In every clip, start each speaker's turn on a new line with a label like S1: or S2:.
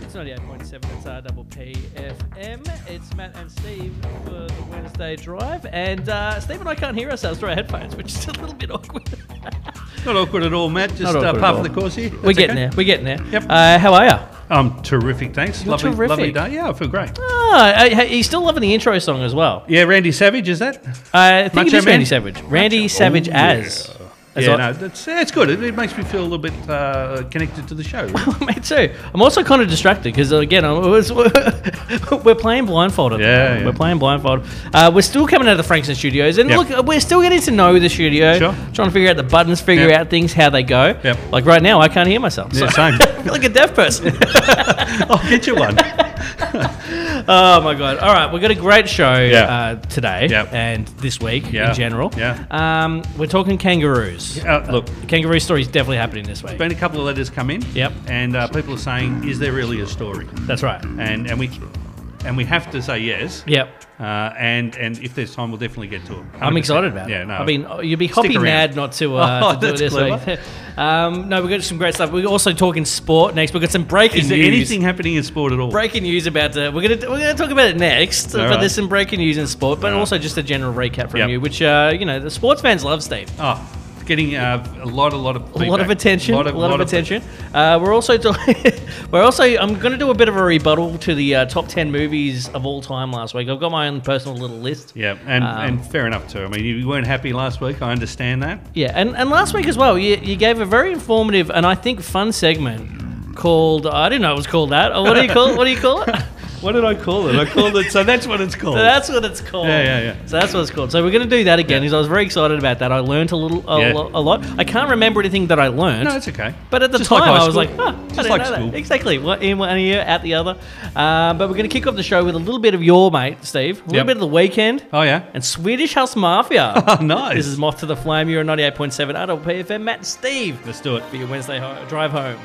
S1: It's 98.7, it's RPPFM. It's Matt and Steve for the Wednesday drive. And uh, Steve and I can't hear ourselves through our headphones, which is a little bit awkward.
S2: Not awkward at all, Matt. Just
S1: awkward
S2: uh,
S1: at
S2: part
S1: all.
S2: of the course here.
S1: We're
S2: That's
S1: getting
S2: okay.
S1: there, we're getting there.
S2: Yep.
S1: Uh, how are you?
S2: I'm terrific, thanks.
S1: You're
S2: lovely,
S1: terrific.
S2: lovely day. Yeah, I feel great.
S1: Ah, uh, he's still loving the intro song as well.
S2: Yeah, Randy Savage, is that?
S1: I think it
S2: Macho
S1: is Randy
S2: Man?
S1: Savage. Randy Savage as. as
S2: Oh, yeah,
S1: I-
S2: no, that's, that's good. It, it makes me feel a little bit uh, connected to the show.
S1: Me too. I'm also kind of distracted because again, I was, we're playing blindfolded.
S2: Yeah, yeah.
S1: we're playing blindfolded. Uh, we're still coming out of the Frankston Studios, and
S2: Yep.
S1: look, we're still getting to know the studio,
S2: Sure.
S1: trying to figure out the buttons, figure
S2: Yep.
S1: out things, how they go.
S2: Yep.
S1: Like right now, I can't hear myself. so-
S2: Yeah, same.
S1: I feel like a deaf person.
S2: I'll get you one. Uh,
S1: oh my god! All right, we've got a great show
S2: Yeah.
S1: uh, today
S2: Yep.
S1: and this week
S2: Yeah.
S1: in general.
S2: Yeah.
S1: Um, we're talking kangaroos.
S2: Uh, look,
S1: The kangaroo story is definitely happening this week.
S2: been a couple of letters come in.
S1: Yep.
S2: And uh, people are saying, is there really a story?
S1: That's right.
S2: And and we and we have to say yes.
S1: Yep.
S2: Uh, and and if there's time, we'll definitely get to it.
S1: I'm
S2: 100%.
S1: excited about it.
S2: Yeah, no.
S1: I mean, oh, you'd be hoppy
S2: around.
S1: mad not to, uh,
S2: Oh,
S1: to do it
S2: that's
S1: this
S2: clever.
S1: week. um, no, we've got some great stuff. We're also talking sport next. We've got some breaking
S2: is there
S1: news.
S2: anything happening in sport at all?
S1: Breaking news about uh, we're gonna we're gonna talk about it next,
S2: All
S1: but
S2: right.
S1: there's some breaking news in sport, but
S2: All right.
S1: also just a general recap from
S2: Yep.
S1: you, which uh, you know the sports fans love, Steve.
S2: Oh, it's getting uh, a lot, a lot of
S1: A lot of
S2: feedback.
S1: attention. A lot of, attention. Uh, we're also talking. we're also. I'm going to do a bit of a rebuttal to the uh, top ten movies of all time last week. I've got my own personal little list.
S2: Yeah, and,
S1: Um,
S2: and fair enough too. I mean, you weren't happy last week. I understand that.
S1: Yeah, and, and last week as well, you, you gave a very informative and I think fun segment called I didn't know it was called that. Oh, What do you call it? What do you call it?
S2: What did I call it? I called it. So that's what it's called.
S1: So that's what it's called.
S2: Yeah, yeah, yeah.
S1: So that's what it's called. So we're going to do that again
S2: Yeah.
S1: because I was very excited about that. I learned a little, a,
S2: Yeah.
S1: lo- a lot. I can't remember anything that I learned.
S2: no, it's okay.
S1: But at the
S2: Just
S1: time,
S2: like high
S1: I was
S2: school.
S1: like, huh, I
S2: Just
S1: didn't
S2: like
S1: know that.
S2: school.
S1: Exactly. What, in one ear, out the other. Um, but we're going to kick off the show with a little bit of your mate, Steve. A little
S2: Yep.
S1: bit of the weekend.
S2: Oh yeah.
S1: And Swedish House Mafia.
S2: Oh nice.
S1: This is Moth to the Flame. You're 98.7 Adult PFM. Matt and Steve
S2: Let's do it.
S1: for your Wednesday ho- drive home.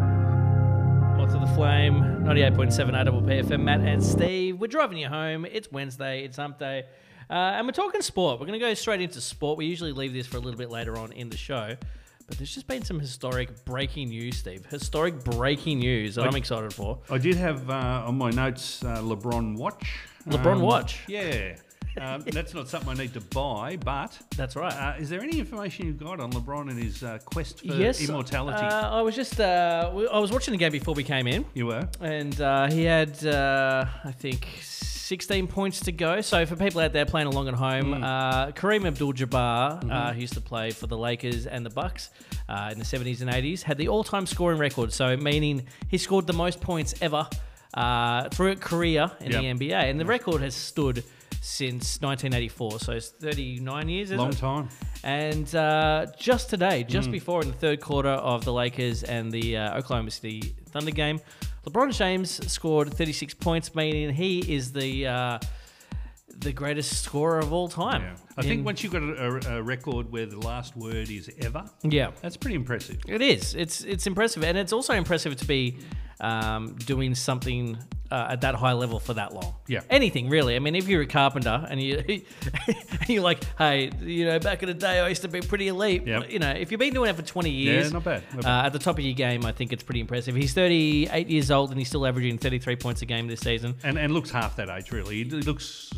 S1: Moth to the Flame, 98.7 AWPFM, Matt and Steve. We're driving you home. It's Wednesday, it's hump day. Uh, and we're talking sport. We're going to go straight into sport. We usually leave this for a little bit later on in the show. But there's just been some historic breaking news, Steve. Historic breaking news that I'm excited for.
S2: I did have uh, on my notes uh, LeBron watch.
S1: LeBron watch?
S2: Yeah. Um, that's not something I need to buy, but
S1: That's right.
S2: uh, is there any information you've got on LeBron and his uh, quest for
S1: yes,
S2: immortality?
S1: Uh, I was just uh, w- I was watching the game before we came in,
S2: you were.
S1: and uh, he had uh, I think 16 points to go. So for people out there playing along at home,
S2: Hmm.
S1: uh, Kareem Abdul-Jabbar,
S2: Mm-hmm.
S1: uh, who used to play for the Lakers and the Bucks uh, in the 70s and 80s, had the all-time scoring record. So meaning he scored the most points ever uh, through a career in
S2: Yep.
S1: the NBA, and the record has stood. Since 1984, so it's 39 years. Isn't
S2: Long
S1: it?
S2: time.
S1: And uh, just today,
S2: Hmm.
S1: just before in the third quarter of the Lakers and the uh, Oklahoma City Thunder game, LeBron James scored 36 points, meaning he is the uh, the greatest scorer of all time.
S2: Yeah. I
S1: In-
S2: think once you've got a, a, a record where the last word is ever,
S1: yeah,
S2: that's pretty impressive.
S1: it is. It's it's impressive, and it's also impressive to be um, doing something. Uh, at that high level for that long,
S2: Yeah.
S1: Anything really. I mean, if you're a carpenter and you and you're like, hey, you know, back in the day, I used to be pretty elite.
S2: Yeah.
S1: You know, if you've been doing it for 20 years,
S2: not bad, not
S1: Uh, at the top of your game, I think it's pretty impressive. He's 38 years old and he's still averaging 33 points a game this season.
S2: And, and looks half that age, really. He looks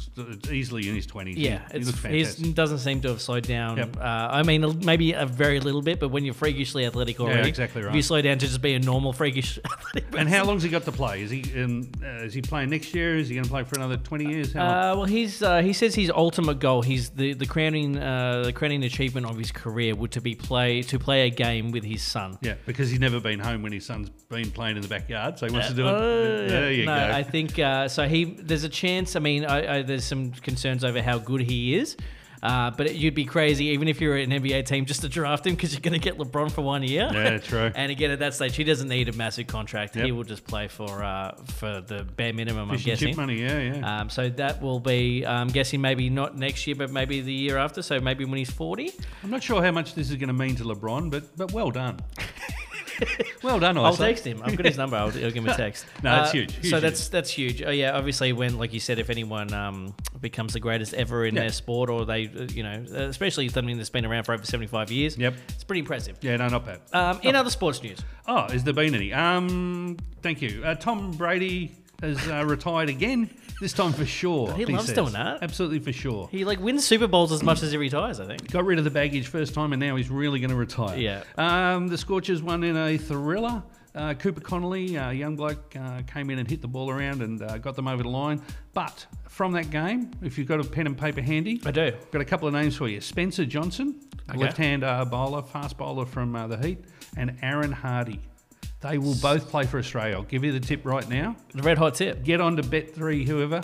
S2: easily in his 20s. He-
S1: Yeah,
S2: he
S1: it's,
S2: looks
S1: he's-
S2: fantastic.
S1: doesn't seem to have slowed down.
S2: Yep.
S1: Uh, I mean, a- maybe a very little bit, but when you're freakishly athletic already,
S2: exactly
S1: if you
S2: right.
S1: slow down to just be a normal freakish athletic
S2: And how long's he got to play? Is he um, uh, is he playing next year? Is he going to play for another 20 years? How long?
S1: Uh, well, he's uh, he says his ultimate goal, he's the the crowning uh, the crowning achievement of his career, would to be play to play a game with his son.
S2: Yeah, because he's never been home when his son's been playing in the backyard, so he wants to do it.
S1: Uh,
S2: there you
S1: no,
S2: go.
S1: I think uh, so. He there's a chance. I mean, I, I, there's some concerns over how good he is. Uh, but you'd be crazy, even if you're an NBA team, just to draft him because you're going to get LeBron for one year.
S2: Yeah, true.
S1: and again, at that stage, he doesn't need a massive contract. He
S2: Yep.
S1: will just play for uh, for the bare minimum.
S2: Fish
S1: I'm
S2: and chip
S1: guessing.
S2: money, yeah, yeah.
S1: Um, so that will be, I'm guessing, maybe not next year, but maybe the year after. So maybe when he's 40.
S2: I'm not sure how much this is going to mean to LeBron, but but well done. Well done,
S1: I'll
S2: Iceland.
S1: text him. I've got his number. I'll, I'll give him a text. Uh,
S2: No, that's huge. Huge,
S1: so
S2: huge.
S1: that's that's huge. Oh yeah, obviously when like you said, if anyone um, becomes the greatest ever in
S2: Yeah.
S1: their sport, or they uh, you know, especially something that's been around for over seventy five years,
S2: Yep.
S1: it's pretty impressive.
S2: Yeah, no, not bad.
S1: Um, in other sports news,
S2: Oh, is there been any? Um, thank you. Uh, Tom Brady has uh, retired again. This time for sure.
S1: He loves doing that.
S2: Absolutely for sure.
S1: he like wins Super Bowls as much as he retires. I think.
S2: Got rid of the baggage first time, and now he's really going to retire.
S1: Yeah.
S2: Um, the Scorchers won in a thriller. Uh, Cooper Connolly, a young bloke, uh, came in and hit the ball around and uh, got them over the line. But from that game, if you've got a pen and paper handy,
S1: I do.
S2: Got a couple of names for you. Spencer Johnson,
S1: Okay.
S2: left-hand uh, bowler, fast bowler from uh, the Heat, and Aaron Hardy. They will both play for Australia. I'll give you the tip right now.
S1: The red hot tip.
S2: Get on to bet three, whoever,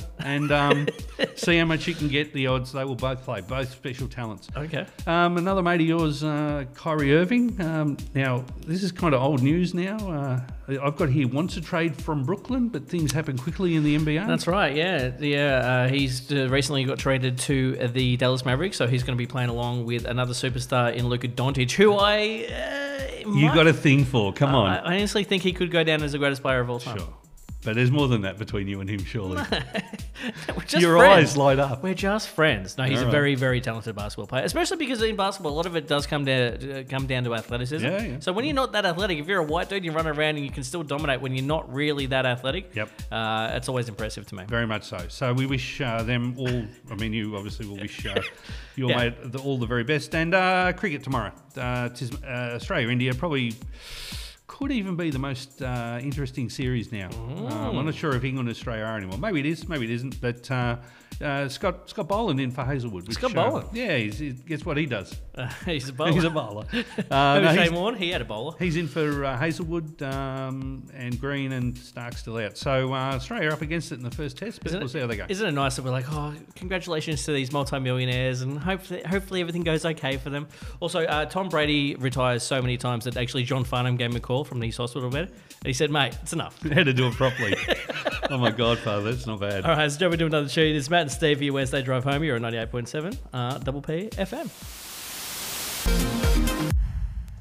S2: and um, see how much you can get the odds. They will both play, both special talents.
S1: Okay.
S2: Um, another mate of yours, uh, Kyrie Irving. Um, now, this is kind of old news now. Uh, I've got here wants a trade from Brooklyn, but things happen quickly in the NBA.
S1: That's right. Yeah, yeah. Uh, he's uh, recently got traded to uh, the Dallas Mavericks, so he's going to be playing along with another superstar in Luka Doncic, who I uh,
S2: you
S1: might-
S2: got a thing for. Come on.
S1: Uh, I I honestly think he could go down as the greatest player of all time.
S2: Sure. But there's more than that between you and him, surely.
S1: We're just
S2: Your
S1: friends.
S2: eyes light up.
S1: We're just friends. No, he's a
S2: Alright.
S1: very, very talented basketball player, especially because in basketball, a lot of it does come down uh, come down to athleticism.
S2: Yeah, yeah.
S1: So when you're not that athletic, if you're a white dude, you run around and you can still dominate when you're not really that athletic.
S2: Yep.
S1: Uh, it's always impressive to me.
S2: Very much so. So we wish uh, them all. I mean, you obviously will wish uh, your
S1: Yeah.
S2: mate the, all the very best. And uh, cricket tomorrow. Uh, tis, uh, Australia, India, probably could even be the most uh, interesting series now. Um, I'm not sure if England and Australia are anymore. Maybe it is. Maybe it isn't. But uh, uh, Scott Scott Boland in for Hazelwood. which,
S1: Scott
S2: uh,
S1: Boland?
S2: yeah, he's, he, guess what he does?
S1: Uh, he's a bowler.
S2: He's a bowler.
S1: Who
S2: Uh, no,
S1: was
S2: he's-
S1: Shane Warne? He had a bowler.
S2: He's in for uh, Hazelwood um, and Green and Stark still out. So uh, Australia are up against it in the first test, but
S1: Isn't
S2: we'll
S1: it-
S2: see how they go.
S1: Isn't it nice that we're like, oh, congratulations to these multimillionaires, and hopefully, hopefully everything goes okay for them. Also, uh, Tom Brady retires so many times that actually John Farnham gave him a call from the East Hospital bed, and he said, "Mate, it's enough."
S2: How to do it properly. oh my God, Father, that's not bad.
S1: All right, so jumping to another tune. It's Matt and Steve here, Wednesday Drive Home. You're on 98.7 uh, Double P FM.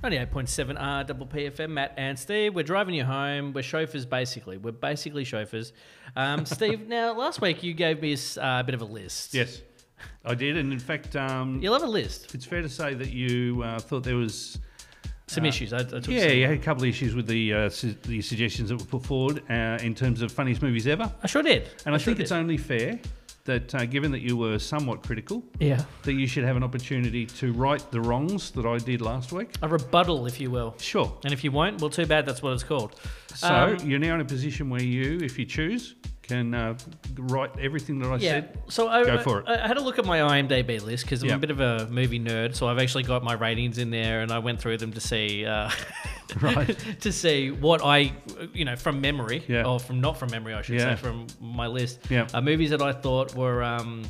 S1: 98.7 R Double uh, P FM, Matt and Steve. We're driving you home. We're chauffeurs, basically. We're basically chauffeurs. Um, Steve, now, last week you gave me a s- uh, bit of a list.
S2: Yes, I did, and in fact, um,
S1: You'll have a list.
S2: it's fair to say that you uh, thought there was.
S1: Some issues. I, I took
S2: Uh, Yeah,
S1: some.
S2: you had a couple of issues with the uh, su- the suggestions that were put forward uh, in terms of funniest movies ever,
S1: I sure did.
S2: and I, think it's
S1: on.
S2: only fair that, uh, given that you were somewhat critical,
S1: Yeah.
S2: that you should have an opportunity to right the wrongs that I did last week.
S1: A rebuttal, if you will.
S2: Sure.
S1: And if you won't, well, too bad. That's what it's called.
S2: So
S1: Um,
S2: you're now in a position where you, if you choose, can uh, write everything that I
S1: Yeah.
S2: said.
S1: So I,
S2: Go for it.
S1: I, I had a look at my IMDb list because I'm
S2: Yeah.
S1: a bit of a movie nerd, so I've actually got my ratings in there, and I went through them to see. Uh,
S2: Right.
S1: to see what I, you know, from memory,
S2: Yeah.
S1: or from not from memory, I should
S2: Yeah.
S1: say, from my list,
S2: Yeah.
S1: uh, movies that I thought were um,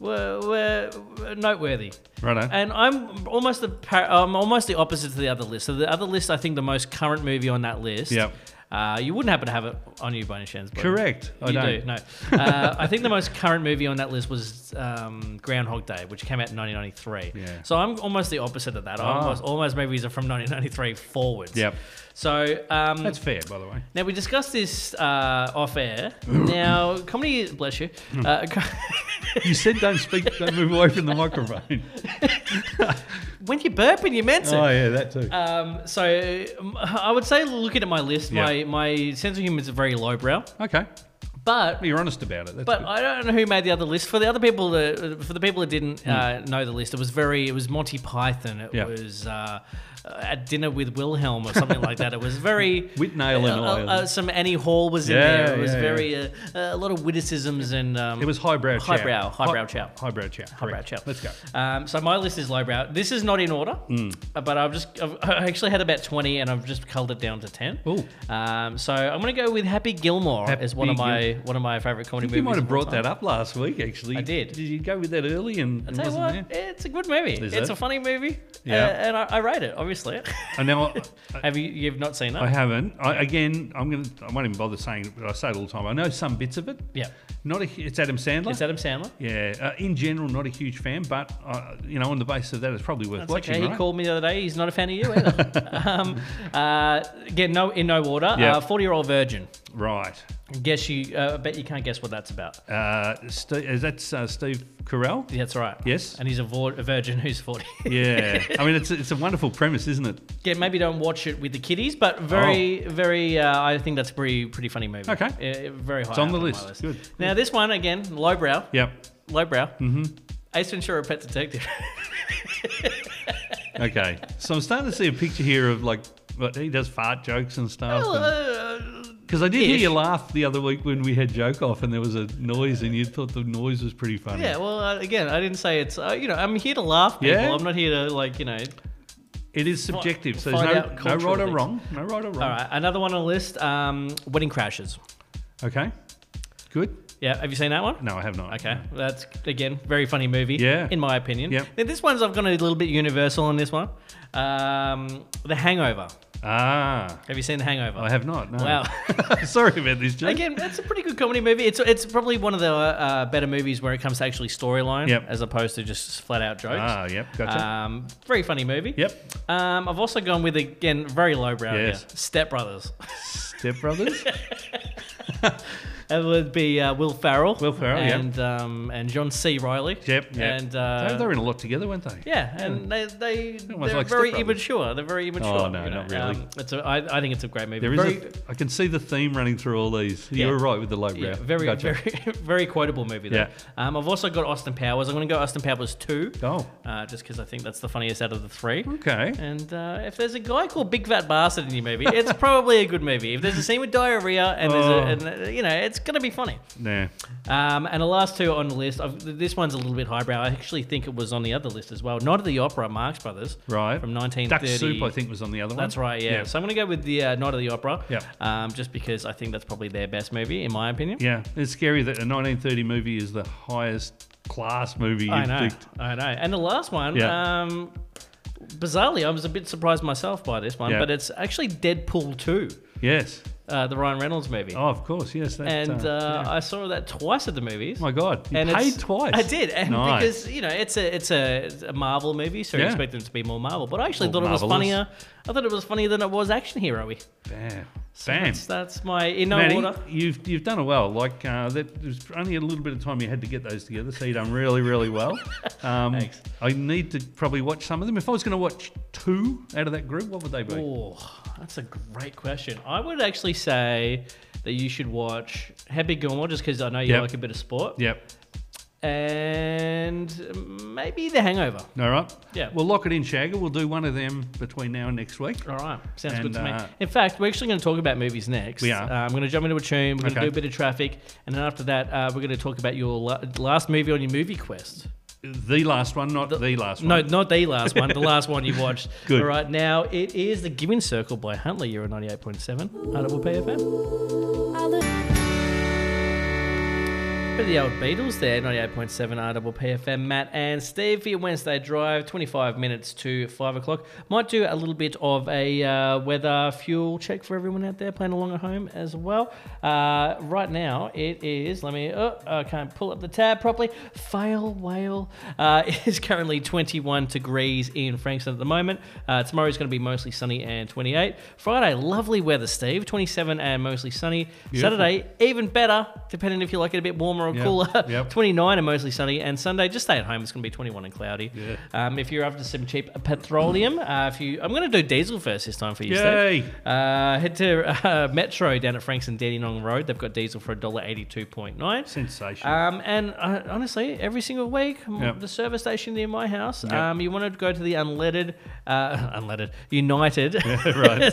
S1: were, were, were noteworthy.
S2: Righto.
S1: And I'm almost the par- I'm almost the opposite to the other list. So the other list, I think the most current movie on that list.
S2: Yep.
S1: Uh, you wouldn't happen to have it on you by any chance. but-
S2: Correct. I
S1: you
S2: don't.
S1: do. No. Uh, I think the most current movie on that list was um, Groundhog Day, which came out in 1993.
S2: Yeah.
S1: So I'm almost the opposite of that.
S2: Ah.
S1: Almost, almost movies are from 1993 forwards.
S2: Yep.
S1: So um,
S2: That's fair, by the way.
S1: now we discussed this uh, off air. now comedy, bless you. Uh,
S2: You said don't speak, don't move away from the microphone.
S1: when you burp and you meant it.
S2: Oh yeah, that too.
S1: Um, so um, I would say, looking at my list,
S2: Yeah.
S1: my, my sense of humor is very lowbrow.
S2: Okay,
S1: But
S2: well, you're honest about it. That's
S1: but
S2: good.
S1: I don't know who made the other list. For the other people, that, for the people that didn't uh, know the list, it was very it was Monty Python. It
S2: Hmm. Yeah.
S1: was uh, at dinner with Wilhelm or something like that. It was very.
S2: with nail and
S1: uh,
S2: oil.
S1: uh, some Annie Hall was in
S2: Yeah,
S1: there. It was
S2: yeah,
S1: very Uh, a lot of witticisms and um,
S2: it was highbrow. chow.
S1: highbrow, highbrow
S2: Hi-
S1: chow.
S2: Highbrow chow.
S1: Highbrow
S2: correct.
S1: chow.
S2: Let's go. Hmm.
S1: Um, so my list is lowbrow. This is not in order, uh, but I've just I've, I actually had about twenty, and I've just culled it down to ten.
S2: Ooh.
S1: Um, so I'm gonna go with Happy Gilmore as one of
S2: Happy
S1: my one of my favourite comedy
S2: think
S1: movies.
S2: you might have
S1: of all
S2: brought that
S1: time.
S2: up last week, actually.
S1: I did.
S2: Did you go with that early and
S1: I
S2: it
S1: tell you
S2: wasn't
S1: what,
S2: there?
S1: it's a good movie.
S2: Is
S1: it's
S2: it?
S1: a funny movie.
S2: Yeah.
S1: uh, and I, I rate it. Obviously,
S2: I know.
S1: have you? You've not seen it?
S2: I haven't. I, again, I'm gonna. I won't even bother saying it, but I say it all the time. I know some bits of it.
S1: yeah,
S2: Not a, it's Adam Sandler.
S1: it's Adam Sandler.
S2: yeah. Uh, in general, not a huge fan, but uh, you know, on the basis of that, it's probably worth
S1: That's
S2: watching.
S1: okay. He
S2: right?
S1: called me the other day. He's not a fan of you either. um, uh, again, no, in no order.
S2: Yeah.
S1: Uh, Forty-year-old virgin.
S2: right.
S1: Guess you. Uh, I bet you can't guess what that's about.
S2: Uh, Steve, is that uh, Steve Carell?
S1: That's right.
S2: Yes.
S1: And he's a, vor- a virgin who's forty.
S2: Yeah. I mean, it's it's a wonderful premise, isn't it?
S1: yeah, maybe don't watch it with the kiddies, but very, very. Uh, I think that's a pretty, pretty funny movie.
S2: Oh. Okay.
S1: Uh, very high.
S2: It's on
S1: up
S2: the
S1: my
S2: list. Good.
S1: Now this one again, lowbrow,
S2: Yep.
S1: lowbrow. Mm-hmm. Ace Ventura: Pet Detective.
S2: Okay. so I'm starting to see a picture here of like. But he does fart jokes and stuff.
S1: Well,
S2: and-
S1: uh,
S2: Because I did hear
S1: Ish.
S2: you laugh the other week when we had joke off and there was a noise and you thought the noise was pretty funny.
S1: yeah. Well, uh, again, I didn't say it's. Uh, you know, I'm here to laugh, people.
S2: Yeah.
S1: I'm not here to like, you know.
S2: It is subjective, so
S1: Find
S2: there's
S1: out
S2: no, no
S1: cultural
S2: right or
S1: things.
S2: wrong. No right or wrong.
S1: All right, another one on the list. Um, Wedding Crashes.
S2: Okay. Good.
S1: Yeah, have you seen that one?
S2: No, I have not.
S1: Okay, that's again very funny movie.
S2: Yeah.
S1: in my opinion.
S2: Yep.
S1: Now this one's I've gone a little bit universal on this one. Um, the Hangover.
S2: Ah,
S1: Have you seen The Hangover?
S2: I have not. No.
S1: Wow.
S2: Sorry about this, Jake.
S1: Again, that's a pretty good comedy movie. It's it's probably one of the uh, better movies where it comes to actually storyline
S2: Yep.
S1: as opposed to just flat out jokes.
S2: Ah, yep. Gotcha.
S1: Um, very funny movie.
S2: yep.
S1: Um, I've also gone with again very lowbrow.
S2: Yes.
S1: Here, Step Brothers.
S2: Step Brothers.
S1: That would be uh, Will Farrell.
S2: Will Ferrell, yeah.
S1: and um, and John C. Riley.
S2: yep. Yep.
S1: And
S2: they, they
S1: uh,
S2: were in a lot together, weren't they?
S1: yeah,
S2: Hmm.
S1: and they they
S2: Almost
S1: they're
S2: like
S1: very
S2: Step Brothers.
S1: immature. They're very immature.
S2: Oh, no,
S1: you know.
S2: not really.
S1: Um, it's a, I, I think it's a great movie.
S2: There is.
S1: very,
S2: a- I can see the theme running through all these.
S1: Yeah.
S2: You were right with the low
S1: yeah,
S2: brow.
S1: very
S2: Gotcha.
S1: very very quotable movie. Though.
S2: Yeah.
S1: Um, I've also got Austin Powers. I'm going to go Austin Powers two,
S2: Oh,
S1: uh, just because I think that's the funniest out of the three.
S2: okay.
S1: And uh, if there's a guy called Big Fat Bastard in your movie, it's probably a good movie. If there's a scene with diarrhea and
S2: Oh.
S1: there's a, and, uh, you know, it's going to be funny.
S2: Nah.
S1: Um, and the last two on the list, I've, th- this one's a little bit highbrow. I actually think it was on the other list as well. Night of the Opera, Marx Brothers.
S2: Right.
S1: From
S2: Duck
S1: 1930.
S2: Soup, I think, was on the other one.
S1: That's right, yeah.
S2: Yeah.
S1: So I'm going to go with the uh, Night of the Opera,
S2: Yeah.
S1: um, just because I think that's probably their best movie, in my opinion.
S2: Yeah, it's scary that a 1930 movie is the highest class movie
S1: I
S2: you've
S1: know,
S2: picked.
S1: I know. And the last one,
S2: Yeah.
S1: um, bizarrely, I was a bit surprised myself by this one,
S2: Yeah.
S1: but it's actually Deadpool 2,
S2: Yes.
S1: uh, the Ryan Reynolds movie.
S2: Oh, of course. Yes. That,
S1: and
S2: uh,
S1: uh,
S2: yeah. Oh
S1: I saw that twice at the movies.
S2: my God, you
S1: and
S2: paid
S1: it's-
S2: twice.
S1: I did, and
S2: Nice.
S1: because you know it's a it's a, it's a Marvel movie, so you
S2: Yeah.
S1: expect them to be more Marvel. But I actually
S2: Or
S1: thought it was
S2: marvelous.
S1: funnier. I thought it was funnier than it was action hero-y.
S2: Bam.
S1: So
S2: Bam.
S1: That's, that's my in no
S2: Matty,
S1: order.
S2: you've you've done it well. Like uh, that was only a little bit of time you had to get those together, so you done really really well. Um,
S1: Thanks.
S2: I need to probably watch some of them. If I was going to watch two out of that group, what would they be?
S1: Oh, that's a great question. I would actually say that you should watch Happy Gilmore just because I know you
S2: Yep.
S1: like a bit of sport,
S2: Yep.
S1: and maybe The Hangover.
S2: All right.
S1: Yeah.
S2: We'll lock it in, Shagger. We'll do one of them between now and next week.
S1: All right, sounds good
S2: And,
S1: to me.
S2: uh,
S1: In fact, we're actually going to talk about movies next.
S2: We are.
S1: Uh, I'm going to jump into a tune. We're going to
S2: Okay.
S1: do a bit of traffic, and then after that, uh, we're going to talk about your la- last movie on your movie quest.
S2: The last one, not the, last one.
S1: No, not the last one. the last one you watched.
S2: Good.
S1: All right, now it is the Giving Circle by Huntley. You're on 98.7 Audible PFM. For the old Beatles there, 98.7 Audible PFM. Matt and Steve for your Wednesday drive, 25 minutes to 5 o'clock. Might do a little bit of a uh, weather fuel check for everyone out there playing along at home as well. Uh, right now it is, let me, oh, I can't pull up the tab properly. Fail whale uh, is currently 21 degrees in Frankston at the moment. Uh, tomorrow's going to be mostly sunny and 28. Friday, lovely weather, Steve, 27 and mostly sunny.
S2: Beautiful.
S1: Saturday, even better, depending if you like it a bit warmer or
S2: Yep,
S1: cooler.
S2: yep.
S1: 29 and mostly sunny. And Sunday, just stay at home. It's going to be 21 and cloudy.
S2: Yeah.
S1: Um, if you're after some cheap petroleum, uh, if you, I'm going to do diesel first this time for you, Steve.
S2: Yay.
S1: Uh, head to uh, Metro down at Franks and Dandenong Road. They've got diesel for $1.82.9.
S2: Sensational.
S1: Um, and uh, honestly, every single week, m-
S2: Yep.
S1: the service station near my house,
S2: Yep.
S1: um, you want to go to the unleaded, uh, unleaded, United.
S2: right.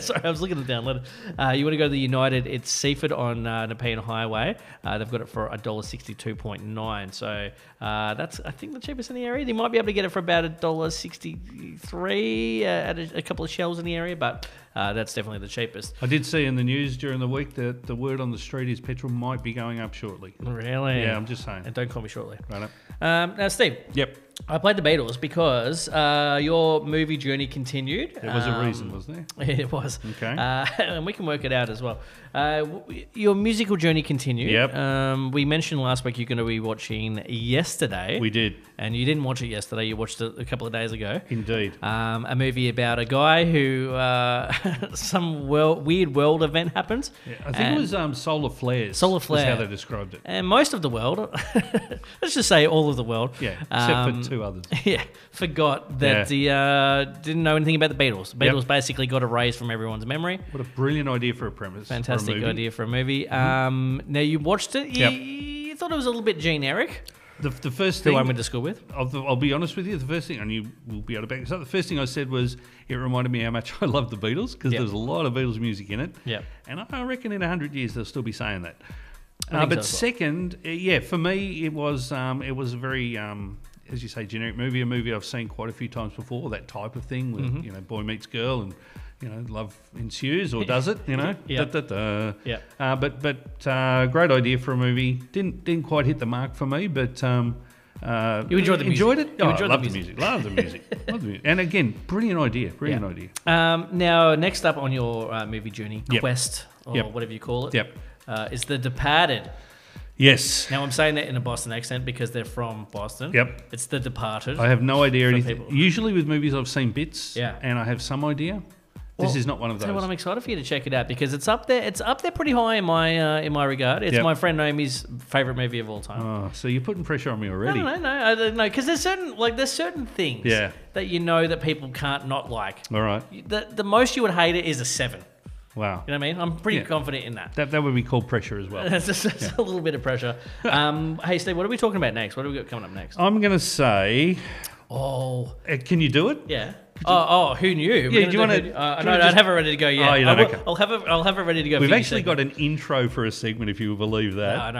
S1: Sorry, I was looking at the unleaded. Uh, you want to go to the United, it's Seaford on uh, Nepean Highway. Uh, they've got it for $1.66 162.9. So uh, that's, I think, the cheapest in the area. You might be able to get it for about $1.63 uh, at a, a couple of shells in the area, but uh, that's definitely the cheapest.
S2: I did see in the news during the week that the word on the street is petrol might be going up shortly.
S1: Really?
S2: Yeah, I'm just saying.
S1: And don't call me shortly.
S2: Right up.
S1: Um, now, Steve,
S2: Yep.
S1: I played the Beatles because uh, your movie journey continued.
S2: There was a
S1: Um,
S2: reason, wasn't there?
S1: It was.
S2: Okay.
S1: Uh, and we can work it out as well. Uh, w- your musical journey continued.
S2: Yep.
S1: Um, we mentioned last week you're going to be watching yesterday.
S2: We did.
S1: and you didn't watch it yesterday. You watched it a couple of days ago.
S2: Indeed.
S1: Um, a movie about a guy who uh, some world, weird world event happens.
S2: Yeah, I think
S1: and,
S2: it was um, solar flares.
S1: Solar
S2: Is
S1: flare.
S2: how they described it.
S1: And most of the world, let's just say all of the world.
S2: Yeah, except
S1: um,
S2: for two others.
S1: yeah, forgot that the uh, didn't know anything about the Beatles. The
S2: Yep.
S1: Beatles basically got erased from everyone's memory.
S2: What a brilliant idea for a premise. for a
S1: Fantastic
S2: movie. Mm-hmm.
S1: idea for a movie. Um, now you watched it. You,
S2: Yep.
S1: you thought it was a little bit generic.
S2: The, the first
S1: The
S2: thing.
S1: one I went to school with.
S2: I'll, I'll be honest with you. The first thing, and you will be able to back this up. The first thing I said was it reminded me how much I love the Beatles because
S1: Yep.
S2: there's a lot of Beatles music in it.
S1: Yep.
S2: And I reckon in hundred years they'll still be saying that.
S1: I
S2: Uh,
S1: think
S2: but
S1: so as well.
S2: second, uh, yeah, for me it was um, it was a very um, as you say generic movie, a movie I've seen quite a few times before. That type of thing with
S1: Mm-hmm.
S2: you know boy meets girl and you know love ensues or does it? You know.
S1: Yeah.
S2: Da, da, da.
S1: Yeah.
S2: Uh, but but uh, great idea for a movie. Didn't didn't quite hit the mark for me, but. Um, uh,
S1: You enjoyed the music.
S2: enjoyed
S1: You
S2: it. Oh,
S1: enjoyed the
S2: I loved the
S1: music.
S2: music. Loved the music. loved the music. And again, brilliant idea. Brilliant
S1: Yeah.
S2: idea.
S1: Um, now, next up on your uh, movie journey,
S2: Yep.
S1: quest or
S2: Yep.
S1: whatever you call it,
S2: Yep.
S1: uh, is The Departed.
S2: Yes.
S1: Now I'm saying that in a Boston accent because they're from Boston.
S2: Yep.
S1: It's The Departed.
S2: I have no idea anything.
S1: people.
S2: Usually with movies, I've seen bits.
S1: Yeah.
S2: And I have some idea.
S1: Well,
S2: this is not one of
S1: Tell you what, I'm
S2: those.
S1: excited for you to check it out because it's up there. It's up there pretty high in my uh, in my regard. It's
S2: Yep.
S1: my friend Naomi's favorite movie of all time.
S2: Oh, so you're putting pressure on me
S1: No,
S2: already.
S1: no, no, no, I don't know. Because there's certain like there's certain things
S2: Yeah.
S1: that you know that people can't not like.
S2: All right.
S1: You- The the most you would hate it is a seven.
S2: Wow.
S1: You know what I mean? I'm pretty
S2: Yeah.
S1: confident in that.
S2: That, that would be called pressure as well.
S1: That's, just, that's a little bit of pressure. Um, hey, Steve, what are we talking about next? What have we got coming up next?
S2: I'm going to say,
S1: Oh,
S2: uh, can you do it?
S1: yeah. Oh, oh, who knew? We're
S2: Yeah,
S1: gonna
S2: do you wanna-
S1: who knew- Uh,
S2: do you
S1: no,
S2: wanna
S1: no, I
S2: just-
S1: don't have it ready to go yet.
S2: Oh, you
S1: I
S2: don't?
S1: will,
S2: Okay.
S1: I'll have it. I'll have it ready to go.
S2: We've actually got an intro for a segment, if you will believe that.
S1: I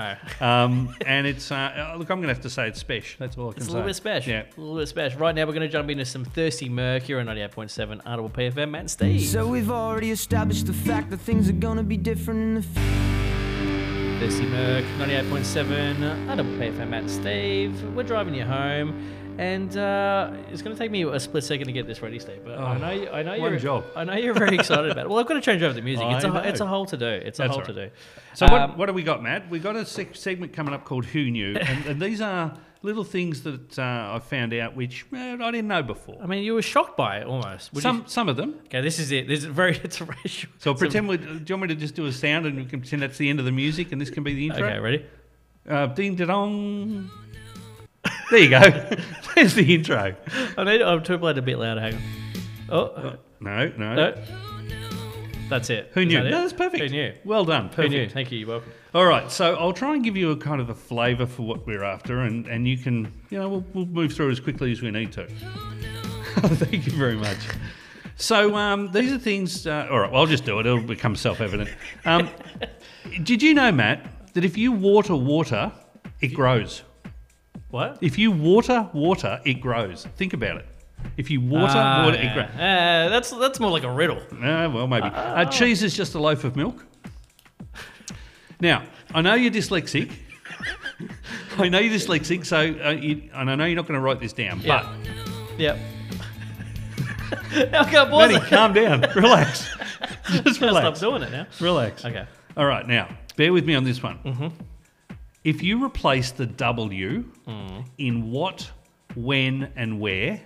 S1: know.
S2: um, and it's uh, uh, look, I'm going to have to say it's special. That's all I can
S1: It's a
S2: say.
S1: little bit special.
S2: Yeah.
S1: A little bit special. Right now, we're going to jump into some Thirsty Merc here on 98.7 Audible PFM. Matt and Steve.
S3: So we've already established the fact that things are gonna be different in the future.
S1: Thirsty Merc, 98.7, I double pay for Matt and Steve. We're driving you home, and uh, it's going to take me a split second to get this ready, Steve. But I know, you- I know
S2: Oh, one
S1: you're,
S2: job.
S1: I know you're very excited about it. Well, I've got to change over the music. It's
S2: I
S1: a,
S2: know.
S1: it's a whole to do. It's a
S2: That's
S1: whole
S2: all
S1: to do.
S2: So
S1: Um,
S2: what, what have we got, Matt? We've got a sec- segment coming up called Who Knew, and, and these are little things that uh, I found out which eh, I didn't know before.
S1: I mean, you were shocked by it almost. Would you-
S2: Some some of them.
S1: okay, this is it. This is very. It's a very short.
S2: So
S1: it's a-
S2: pretend. we, do you want me to just do a sound, and we can pretend that's the end of the music, and this can be the intro.
S1: Okay, ready?
S2: Uh, ding da dong. There you go. There's the intro.
S1: I need. I'm too played a bit louder. Hang on. Oh
S2: No, no.
S1: no. That's it.
S2: Who
S1: Is
S2: knew?
S1: that it?
S2: No, that's perfect.
S1: Who knew?
S2: Well done.
S1: Who
S2: Perfect.
S1: knew? Thank you. You're welcome.
S2: All right, so I'll try and give you a kind of a flavour for what we're after, and, and you can, you know, we'll, we'll move through as quickly as we need to. Thank you very much. So um, these are things. Uh, all right, well, I'll just do it. It'll become self-evident. Um, did you know, Matt, that if you water water, it grows.
S1: What?
S2: If you water water, it grows. Think about it. If you water
S1: Ah,
S2: water, it
S1: yeah.
S2: grows.
S1: Uh, that's that's more like a riddle.
S2: Uh, well, maybe. Uh, cheese is just a loaf of milk. Now, I know you're dyslexic. I know you're dyslexic, so uh, you, and I know you're not going to write this down.
S1: Yeah. Yep. okay,
S2: But
S1: boys.
S2: Manny, calm down, relax, just
S1: Stop
S2: relax,
S1: doing it now.
S2: relax.
S1: Okay.
S2: All right, now bear with me on this one. If you replace the W in what, when, and where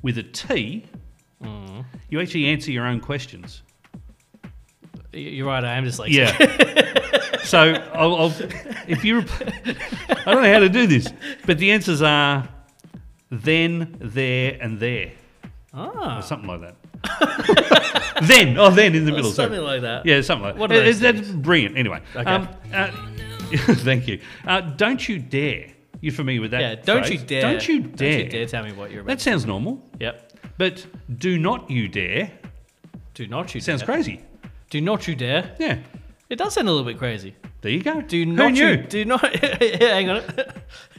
S2: with a T, you actually answer your own questions.
S1: Y- You're right. I am just like
S2: Yeah. so I'll, I'll, if you, rep- I don't know how to do this, but the answers are then, there, and there,
S1: Ah,
S2: or something like that. then, oh, then in the middle. sorry.
S1: something like that.
S2: Yeah, something like
S1: What
S2: that.
S1: are
S2: It-
S1: those
S2: it- That's brilliant. Anyway,
S1: Okay.
S2: uh, thank you. Uh, don't you dare. You're familiar with that?
S1: Yeah. Don't you
S2: phrase?
S1: dare.
S2: Don't you dare.
S1: Don't you dare tell me what you're about.
S2: That sounds normal,
S1: yep.
S2: but do not you dare
S1: Do not you
S2: sounds
S1: dare.
S2: crazy.
S1: Do not you dare.
S2: Yeah.
S1: It does sound a little bit crazy.
S2: There you go.
S1: Do not
S2: Who knew?
S1: you do not hang on.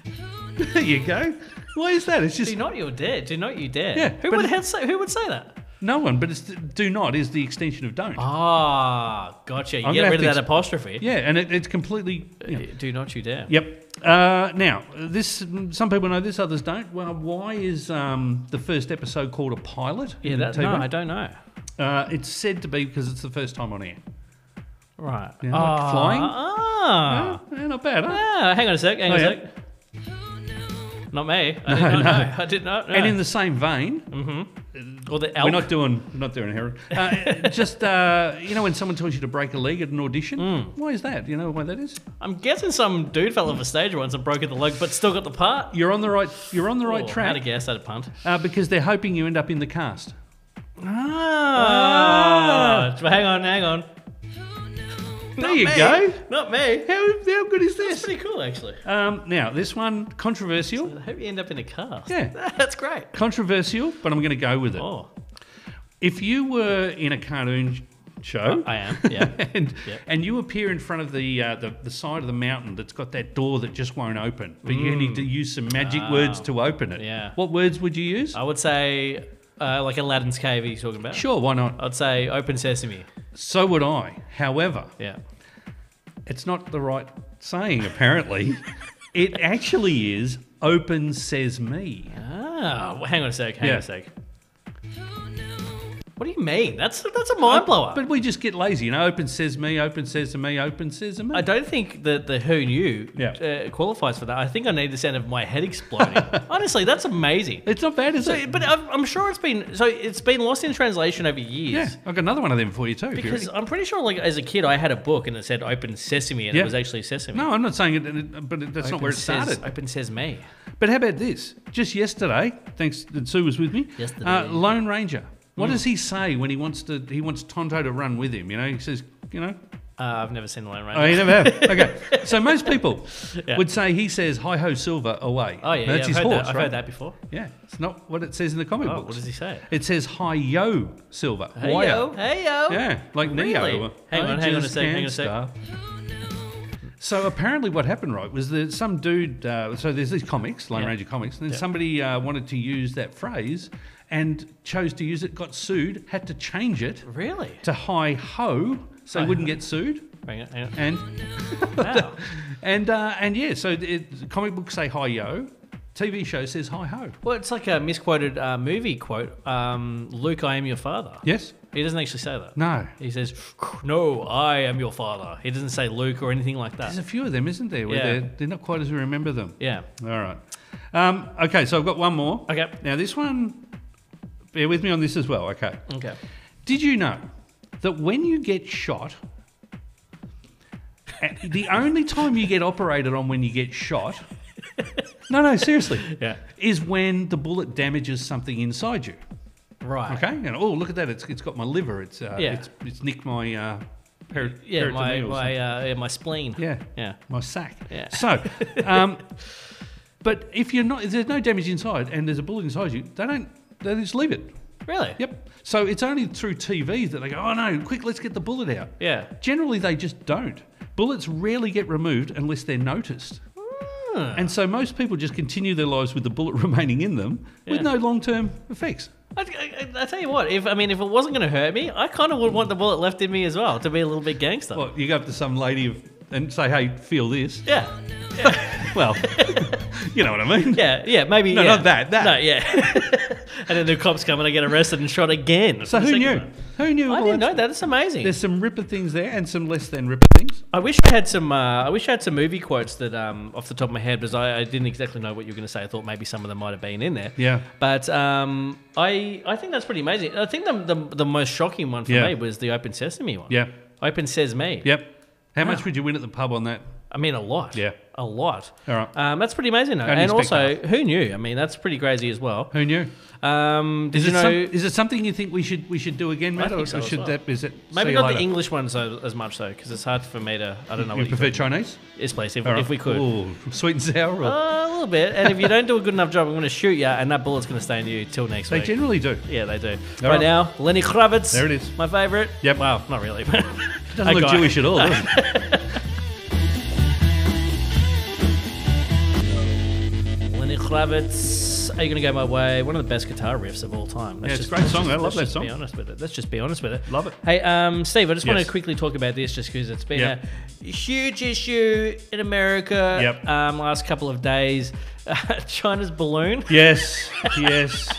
S2: there you go. Why is that? It's just
S1: Do not you dare. Do not you dare.
S2: Yeah,
S1: Who
S2: but
S1: would
S2: it-
S1: have say who would say that?
S2: no one, but it's do not is the extension of
S1: Uh-huh.
S2: don't.
S1: Ah, gotcha. You
S2: I'm
S1: get
S2: gonna
S1: rid of
S2: have
S1: that
S2: to ex-
S1: apostrophe.
S2: Yeah, and it, it's completely. you know.
S1: Do not you dare.
S2: Yep. Uh, now, this some people know this, others don't. Well, why is um, the first episode called a pilot?
S1: Yeah,
S2: in
S1: that, no,
S2: T1?
S1: I don't know.
S2: Uh, it's said to be because it's the first time on air.
S1: Right.
S2: Yeah, like flying?
S1: Ah.
S2: Eh, not bad, huh?
S1: Ah, hang on a sec. Hang on
S2: Oh,
S1: a
S2: yeah.
S1: sec. Not me. I did not know. I did not know.
S2: And in the same vein,
S1: or the elk.
S2: we're not doing we're not doing a hero. Uh, just uh, you know, when someone tells you to break a leg at an audition, why is that? You know why that is?
S1: I'm guessing some dude fell off a stage once and broke at the leg, but still got the part.
S2: You're on the right. You're on the right
S1: Oh, Had a
S2: track
S1: guess. Had a punt.
S2: uh, because they're hoping you end up in the cast.
S1: Ah. But hang on, hang on.
S2: There you go.
S1: Not me.
S2: How, how good is
S1: That's
S2: this?
S1: pretty cool, actually.
S2: Um, now this one controversial.
S1: I hope you end up in a cast.
S2: Yeah.
S1: That's great.
S2: Controversial, but I'm going to go with it.
S1: Oh,
S2: If you were in a cartoon show,
S1: I am. Yeah.
S2: and,
S1: Yeah.
S2: and you appear in front of the, uh, the the side of the mountain that's got that door that just won't open, but you need to use some magic words to open it.
S1: Mm. Ah. yeah.
S2: What words would you use?
S1: I would say, uh, like Aladdin's cave. Are you talking about?
S2: Sure, why not?
S1: I'd say open sesame.
S2: So would I. However,
S1: Yeah.
S2: it's not the right saying. Apparently, it actually is. Open says me.
S1: Ah, well, hang on a sec. Hang on
S2: Yeah.
S1: a sec. What do you mean? That's that's a mind blower.
S2: But we just get lazy, you know. Open says me. Open says to me. Open says to me.
S1: I don't think that the Who Knew
S2: Yeah.
S1: uh, qualifies for that. I think I need the sound of my head exploding. Honestly, that's amazing.
S2: it's not bad, is
S1: So,
S2: it?
S1: but I'm I'm sure it's been so it's been lost in translation over
S2: Yeah,
S1: years.
S2: I've got another one of them for you too. if you
S1: Because
S2: ready.
S1: I'm pretty sure, like as a kid, I had a book and it said "Open Sesame" and it
S2: Yeah.
S1: was actually sesame.
S2: no, I'm not saying it- it, but it, that's
S1: Open
S2: not where it
S1: says-
S2: started.
S1: Open says me.
S2: But how about this? Just yesterday, thanks that Sue was with me.
S1: Yesterday. Mm.
S2: uh, Lone Ranger. What does he say when he wants to? He wants Tonto to run with him. You know, he says, you know,
S1: Uh, I've never seen the Lone Ranger.
S2: oh, you never have. Okay, so most people
S1: Yeah.
S2: would say he says, "Hi ho, Silver, away."
S1: oh yeah,
S2: that's
S1: yeah,
S2: his
S1: I've heard
S2: horse,
S1: that. I've
S2: right?
S1: heard that before.
S2: Yeah, it's not what it says in the comic
S1: Oh,
S2: books.
S1: what does he say?
S2: It says, "Hi yo, Silver,
S1: Hey
S2: wire."
S1: yo, hey yo.
S2: Yeah, like
S1: Oh, Really?
S2: Neo.
S1: Hang
S2: I
S1: on, hang on a
S2: just
S1: sec, hang on a
S2: can't
S1: sec.
S2: stop. So apparently, what happened, right, was that some dude. Uh, so there's these comics, Lone
S1: Yeah.
S2: Ranger comics, and then
S1: Yeah.
S2: somebody uh, wanted to use that phrase and chose to use it, got sued, had to change it
S1: Really?
S2: to "hi ho" so he
S1: Hi
S2: wouldn't get sued,
S1: Hang on, hang on.
S2: and
S1: Wow.
S2: and uh, and yeah. So it, comic books say "hi yo," TV show says "hi ho."
S1: Well, it's like a misquoted uh, movie quote. Um, Luke, I am your father.
S2: Yes.
S1: He doesn't actually say that.
S2: No.
S1: He says, "No, I am your father." He doesn't say Luke or anything like
S2: There's
S1: that.
S2: a few of them, isn't there? Where
S1: Yeah.
S2: they're, they're not quite as we remember them.
S1: Yeah.
S2: All right. Um, okay, so I've got one more.
S1: Okay.
S2: Now, this one, bear with me on this as well. Okay.
S1: Okay.
S2: Did you know that when you get shot, a- the only time you get operated on when you get shot, no, no, seriously,
S1: Yeah.
S2: is when the bullet damages something inside you.
S1: Right.
S2: Okay. And, oh, look at that. It's, it's got my liver. It's, uh,
S1: Yeah.
S2: it's, it's nicked my uh, peri-
S1: Yeah, my
S2: peritoneal or
S1: my uh, yeah, my spleen.
S2: Yeah.
S1: Yeah.
S2: my sack.
S1: Yeah.
S2: So, um, but if you're not, if there's no damage inside, and there's a bullet inside you. They don't. They just leave it.
S1: Really?
S2: Yep. So it's only through TV that they go, oh no, quick, let's get the bullet out.
S1: Yeah.
S2: Generally, they just don't. Bullets rarely get removed unless they're noticed.
S1: Hmm.
S2: And so most people just continue their lives with the bullet remaining in them with
S1: Yeah.
S2: no long-term effects.
S1: I, I, I tell you what, if I mean, if it wasn't going to hurt me, I kind of would want the bullet left in me as well to be a little bit gangster.
S2: Well, you go up to some lady of, and say, hey, feel this.
S1: yeah,
S2: Well, you know what I mean.
S1: yeah, yeah. Maybe
S2: No,
S1: yeah.
S2: not that, that.
S1: No, yeah. and then the cops come and I get arrested and shot again.
S2: So
S1: The
S2: who
S1: second
S2: knew?
S1: one.
S2: Who knew?
S1: I
S2: all
S1: didn't
S2: that
S1: know that. That's amazing.
S2: There's some ripper things there and some less than ripper things.
S1: I wish I had some. Uh, I wish I had some movie quotes that, um, off the top of my head, because I, I didn't exactly know what you were going to say. I thought maybe some of them might have been in there.
S2: Yeah.
S1: But um, I, I think that's pretty amazing. I think the the, the most shocking one for
S2: Yeah.
S1: me was the Open Sesame one.
S2: Yeah.
S1: Open says me.
S2: Yep. How
S1: Wow.
S2: much would you win at the pub on that?
S1: I mean, a lot.
S2: Yeah.
S1: A lot.
S2: All right.
S1: Um, that's pretty amazing, though.
S2: Don't
S1: And
S2: expect
S1: also, who knew? I mean, that's pretty crazy as well.
S2: Who knew?
S1: Um, did
S2: Is
S1: you
S2: it,
S1: know?
S2: some, is it something you think we should we should do again,
S1: I
S2: Matt?
S1: think
S2: or
S1: so
S2: or
S1: as
S2: should
S1: well.
S2: that is it?
S1: maybe
S2: see you
S1: not the
S2: later?
S1: English ones though, as much, though, because it's hard for me to. I don't know
S2: You
S1: what
S2: prefer Chinese?
S1: Yes, please, if,
S2: All right.
S1: if we could.
S2: Ooh, sweet and sour. Or?
S1: Uh, a little bit. And if you don't do a good enough job, I'm going to shoot you, and that bullet's going to stay in you till next
S2: they
S1: week.
S2: generally do.
S1: Yeah, they do.
S2: All
S1: right
S2: right.
S1: now, Lenny Kravitz.
S2: There it is.
S1: My favourite.
S2: Yep.
S1: Well, not really. But
S2: Doesn't look Jewish at all. Does it?
S1: Klavitz, Are You Gonna Go My Way? One of the best guitar riffs of all time. Let's
S2: Yeah, it's a great
S1: let's
S2: song. I
S1: let's
S2: love that
S1: just Be
S2: song.
S1: honest with it. Let's just be honest with it.
S2: Love it.
S1: Hey, um, Steve, I just want
S2: Yes.
S1: to quickly talk about this just because it's been
S2: Yep.
S1: a huge issue in America
S2: Yep.
S1: um, last couple of days. China's balloon.
S2: Yes, yes.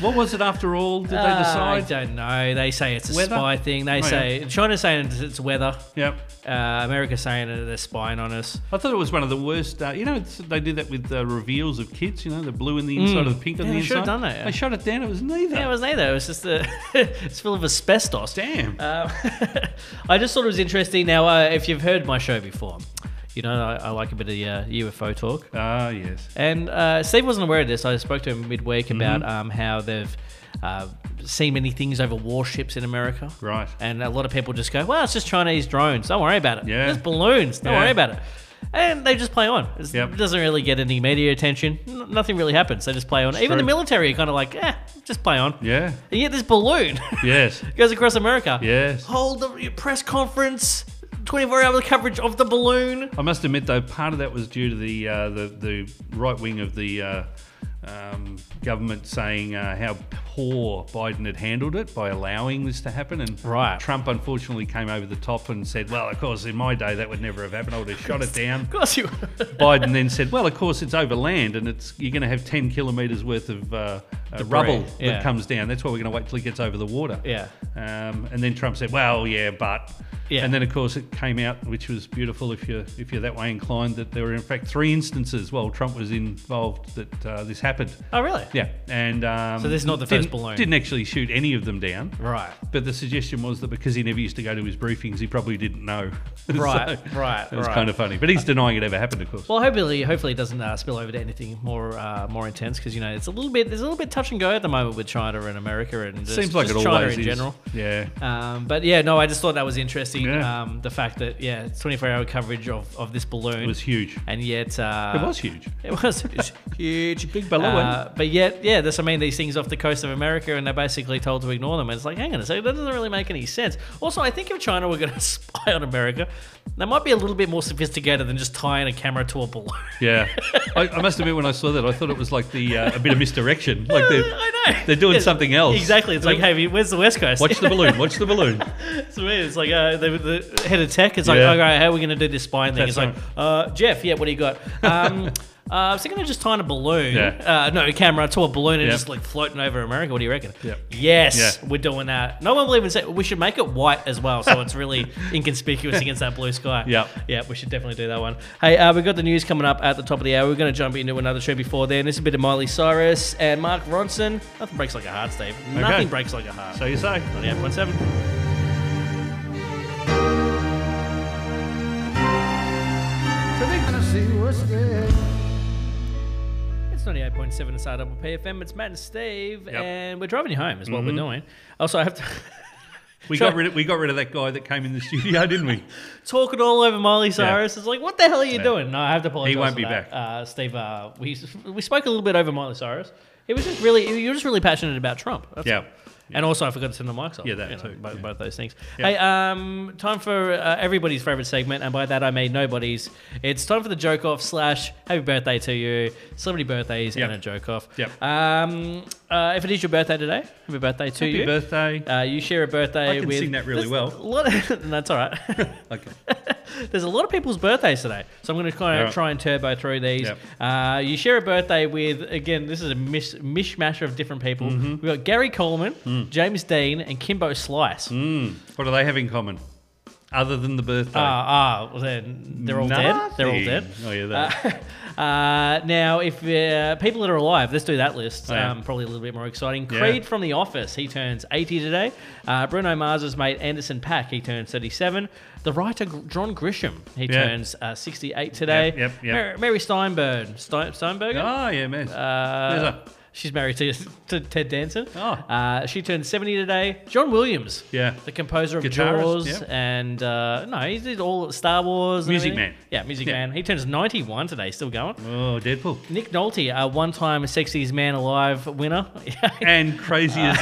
S2: What was it after all? Did they
S1: Uh,
S2: decide?
S1: I don't know. They say it's a
S2: Weather?
S1: spy thing. They
S2: Oh,
S1: say China's saying it's, it's weather.
S2: Yep.
S1: Uh, America's saying that they're spying on us.
S2: I thought it was one of the worst. Uh, you know, it's, they did that with uh, reveals of kids. You know, the blue in the inside of the pink on
S1: Mm. Yeah,
S2: the
S1: they
S2: inside.
S1: should've done that, yeah.
S2: They shut it down. It was neither.
S1: Yeah, it was neither. It was just a, it's full of asbestos.
S2: Damn.
S1: Um, I just thought it was interesting. Now, uh, if you've heard my show before, you know I, I like a bit of uh, UFO talk.
S2: Ah, yes.
S1: And uh, Steve wasn't aware of this. I spoke to him midweek
S2: Mm-hmm.
S1: about um, how they've uh, seen many things over warships in America.
S2: Right.
S1: And a lot of people just go, well, it's just Chinese drones. Don't worry about it.
S2: Yeah.
S1: It's balloons. Don't
S2: Yeah.
S1: worry about it. And they just play on. It's-
S2: Yep.
S1: It doesn't really get any media attention. N- nothing really happens. They just play on. Even
S2: true.
S1: the military are kind of like, eh, just play on.
S2: Yeah.
S1: And yet this balloon
S2: Yes.
S1: goes across America.
S2: Yes.
S1: Hold the press conference, 24 hour coverage of the balloon.
S2: I must admit, though, part of that was due to the uh, the, the right wing of the uh, um, government saying uh, how poor Biden had handled it by allowing this to happen, and
S1: Right.
S2: Trump unfortunately came over the top and said, "Well, of course, in my day that would never have happened. I would have shot it down."
S1: Of course you
S2: Biden then said, "Well, of course, it's over land, and it's you're going to have 10 kilometres worth of uh, uh, rubble
S1: yeah.
S2: that comes down. That's why we're going to wait till it gets over the water."
S1: Yeah.
S2: Um, and then Trump said, "Well, yeah, but."
S1: Yeah.
S2: And then, of course, it came out, which was beautiful if you're if you're that way inclined, that there were in fact three instances while Trump was involved that uh, this happened.
S1: Oh, really?
S2: Yeah. And um,
S1: So this is not the first
S2: didn't-
S1: balloon.
S2: Didn't actually shoot any of them down.
S1: Right.
S2: But the suggestion was that because he never used to go to his briefings, he probably didn't know.
S1: Right, right,
S2: It was
S1: right.
S2: kind of funny, but he's denying it ever happened, of course.
S1: Well, hopefully, hopefully it doesn't uh, spill over to anything more uh, more intense because you know it's a little bit there's a little bit touch and go at the moment with China and America and just,
S2: Seems like
S1: just
S2: it
S1: China
S2: always
S1: in
S2: is.
S1: general.
S2: Yeah.
S1: Um, but yeah, no, I just thought that was interesting.
S2: Yeah.
S1: Um, the fact that yeah, 24 hour coverage of, of this balloon
S2: It was huge.
S1: and yet uh,
S2: It was huge.
S1: It was huge. huge.
S2: Big balloon.
S1: Uh, but yet, yeah, there's, I mean, these things off the coast of America and they're basically told to ignore them. And it's like, hang on a second, that doesn't really make any sense. Also, I think if China were going to spy on America, they might be a little bit more sophisticated than just tying a camera to a balloon.
S2: Yeah. I, I must admit, when I saw that, I thought it was like the uh, a bit of misdirection. Like they're,
S1: I know.
S2: they're doing
S1: Yeah,
S2: something else.
S1: Exactly. It's like, hey, where's the West Coast?
S2: Watch the balloon. Watch the balloon.
S1: It's weird. It's like uh, the, the head of tech is like,
S2: Yeah.
S1: all right, how are we going to do this spying thing?
S2: That's
S1: it's like, uh, Jeff, yeah, what do you got? Um, uh, I was thinking of just tying a balloon,
S2: Yeah.
S1: uh, no, a camera to a balloon and
S2: Yep.
S1: just like floating over America. What do you reckon?
S2: Yep.
S1: Yes,
S2: Yeah.
S1: we're doing that. No one will even say we should make it white as well, so it's really inconspicuous against that blue sky.
S2: Yep.
S1: Yeah, we should definitely do that one. Hey, uh, we've got the news coming up at the top of the hour. We're going to jump into another show before then. This is a bit of Miley Cyrus and Mark Ronson. Nothing breaks like a heart, Steve. Nothing breaks like a heart.
S2: So you say.
S1: 98.7. It's 98.7 inside Double PFM. It's Matt and Steve,
S2: Yep.
S1: and we're driving you home, is what we're doing. Also, I have to
S2: We
S1: Sure.
S2: got rid of we got rid of that guy that came in the studio, didn't we?
S1: talk it all over Miley Cyrus. It's like, what the hell are you
S2: Yeah.
S1: doing? No, I have to apologize.
S2: He won't
S1: for
S2: be
S1: that.
S2: back.
S1: Uh, Steve, uh, we, we spoke a little bit over Miley Cyrus. He was just really, you were just really passionate about Trump. That's
S2: Yeah.
S1: all. And also, I forgot to turn the mics off.
S2: Yeah, that
S1: you know,
S2: too,
S1: Both,
S2: yeah.
S1: both those things.
S2: Yeah.
S1: Hey, um, time for uh, everybody's favorite segment, and by that I mean nobody's. It's time for the joke off slash happy birthday to you, celebrity birthdays,
S2: Yep.
S1: and a joke off.
S2: Yep.
S1: Um, uh, if it is your birthday today, happy birthday to
S2: Happy
S1: you.
S2: birthday.
S1: Uh, you share a birthday
S2: I can
S1: with.
S2: sing that really
S1: there's
S2: well.
S1: a lot of- that's all right.
S2: Okay.
S1: There's a lot of people's birthdays today, so I'm going to kind of
S2: Alright.
S1: try and turbo through these.
S2: Yep.
S1: Uh, you share a birthday with again. This is a mish, mishmash of different people.
S2: Mm-hmm.
S1: We've got Gary Coleman, James Dean, and Kimbo Slice. Ah,
S2: Mm. What do they have in common? Other than the birthday.
S1: ah, well then they're all dead. They're all
S2: Nothing.
S1: dead.
S2: Oh yeah, that.
S1: Uh, now, if uh, people that are alive, let's do that list.
S2: Oh, yeah.
S1: Um, probably a little bit more exciting.
S2: Yeah.
S1: Creed from The Office, he turns 80 today. Uh, Bruno Mars's mate Anderson Pack, he turns 37. The writer Gr- John Grisham, he
S2: Yeah.
S1: turns uh, 68 today.
S2: Yep, yep, yep.
S1: Mary, Mary Steinberg, Stein- Steinberger?
S2: oh yeah, man.
S1: Uh,
S2: Yes, sir.
S1: She's married to, to Ted Danson.
S2: Oh.
S1: Uh, she turned 70 today. John Williams.
S2: Yeah.
S1: The composer of
S2: Guitarist,
S1: Jaws.
S2: yeah.
S1: And uh, no, he's did all Star Wars. and
S2: Music
S1: everything.
S2: Man.
S1: Yeah, Music
S2: Yeah.
S1: Man. He turns 91 today, still going.
S2: Oh, Deadpool.
S1: Nick Nolte, a one time Sexiest Man Alive winner.
S2: And craziest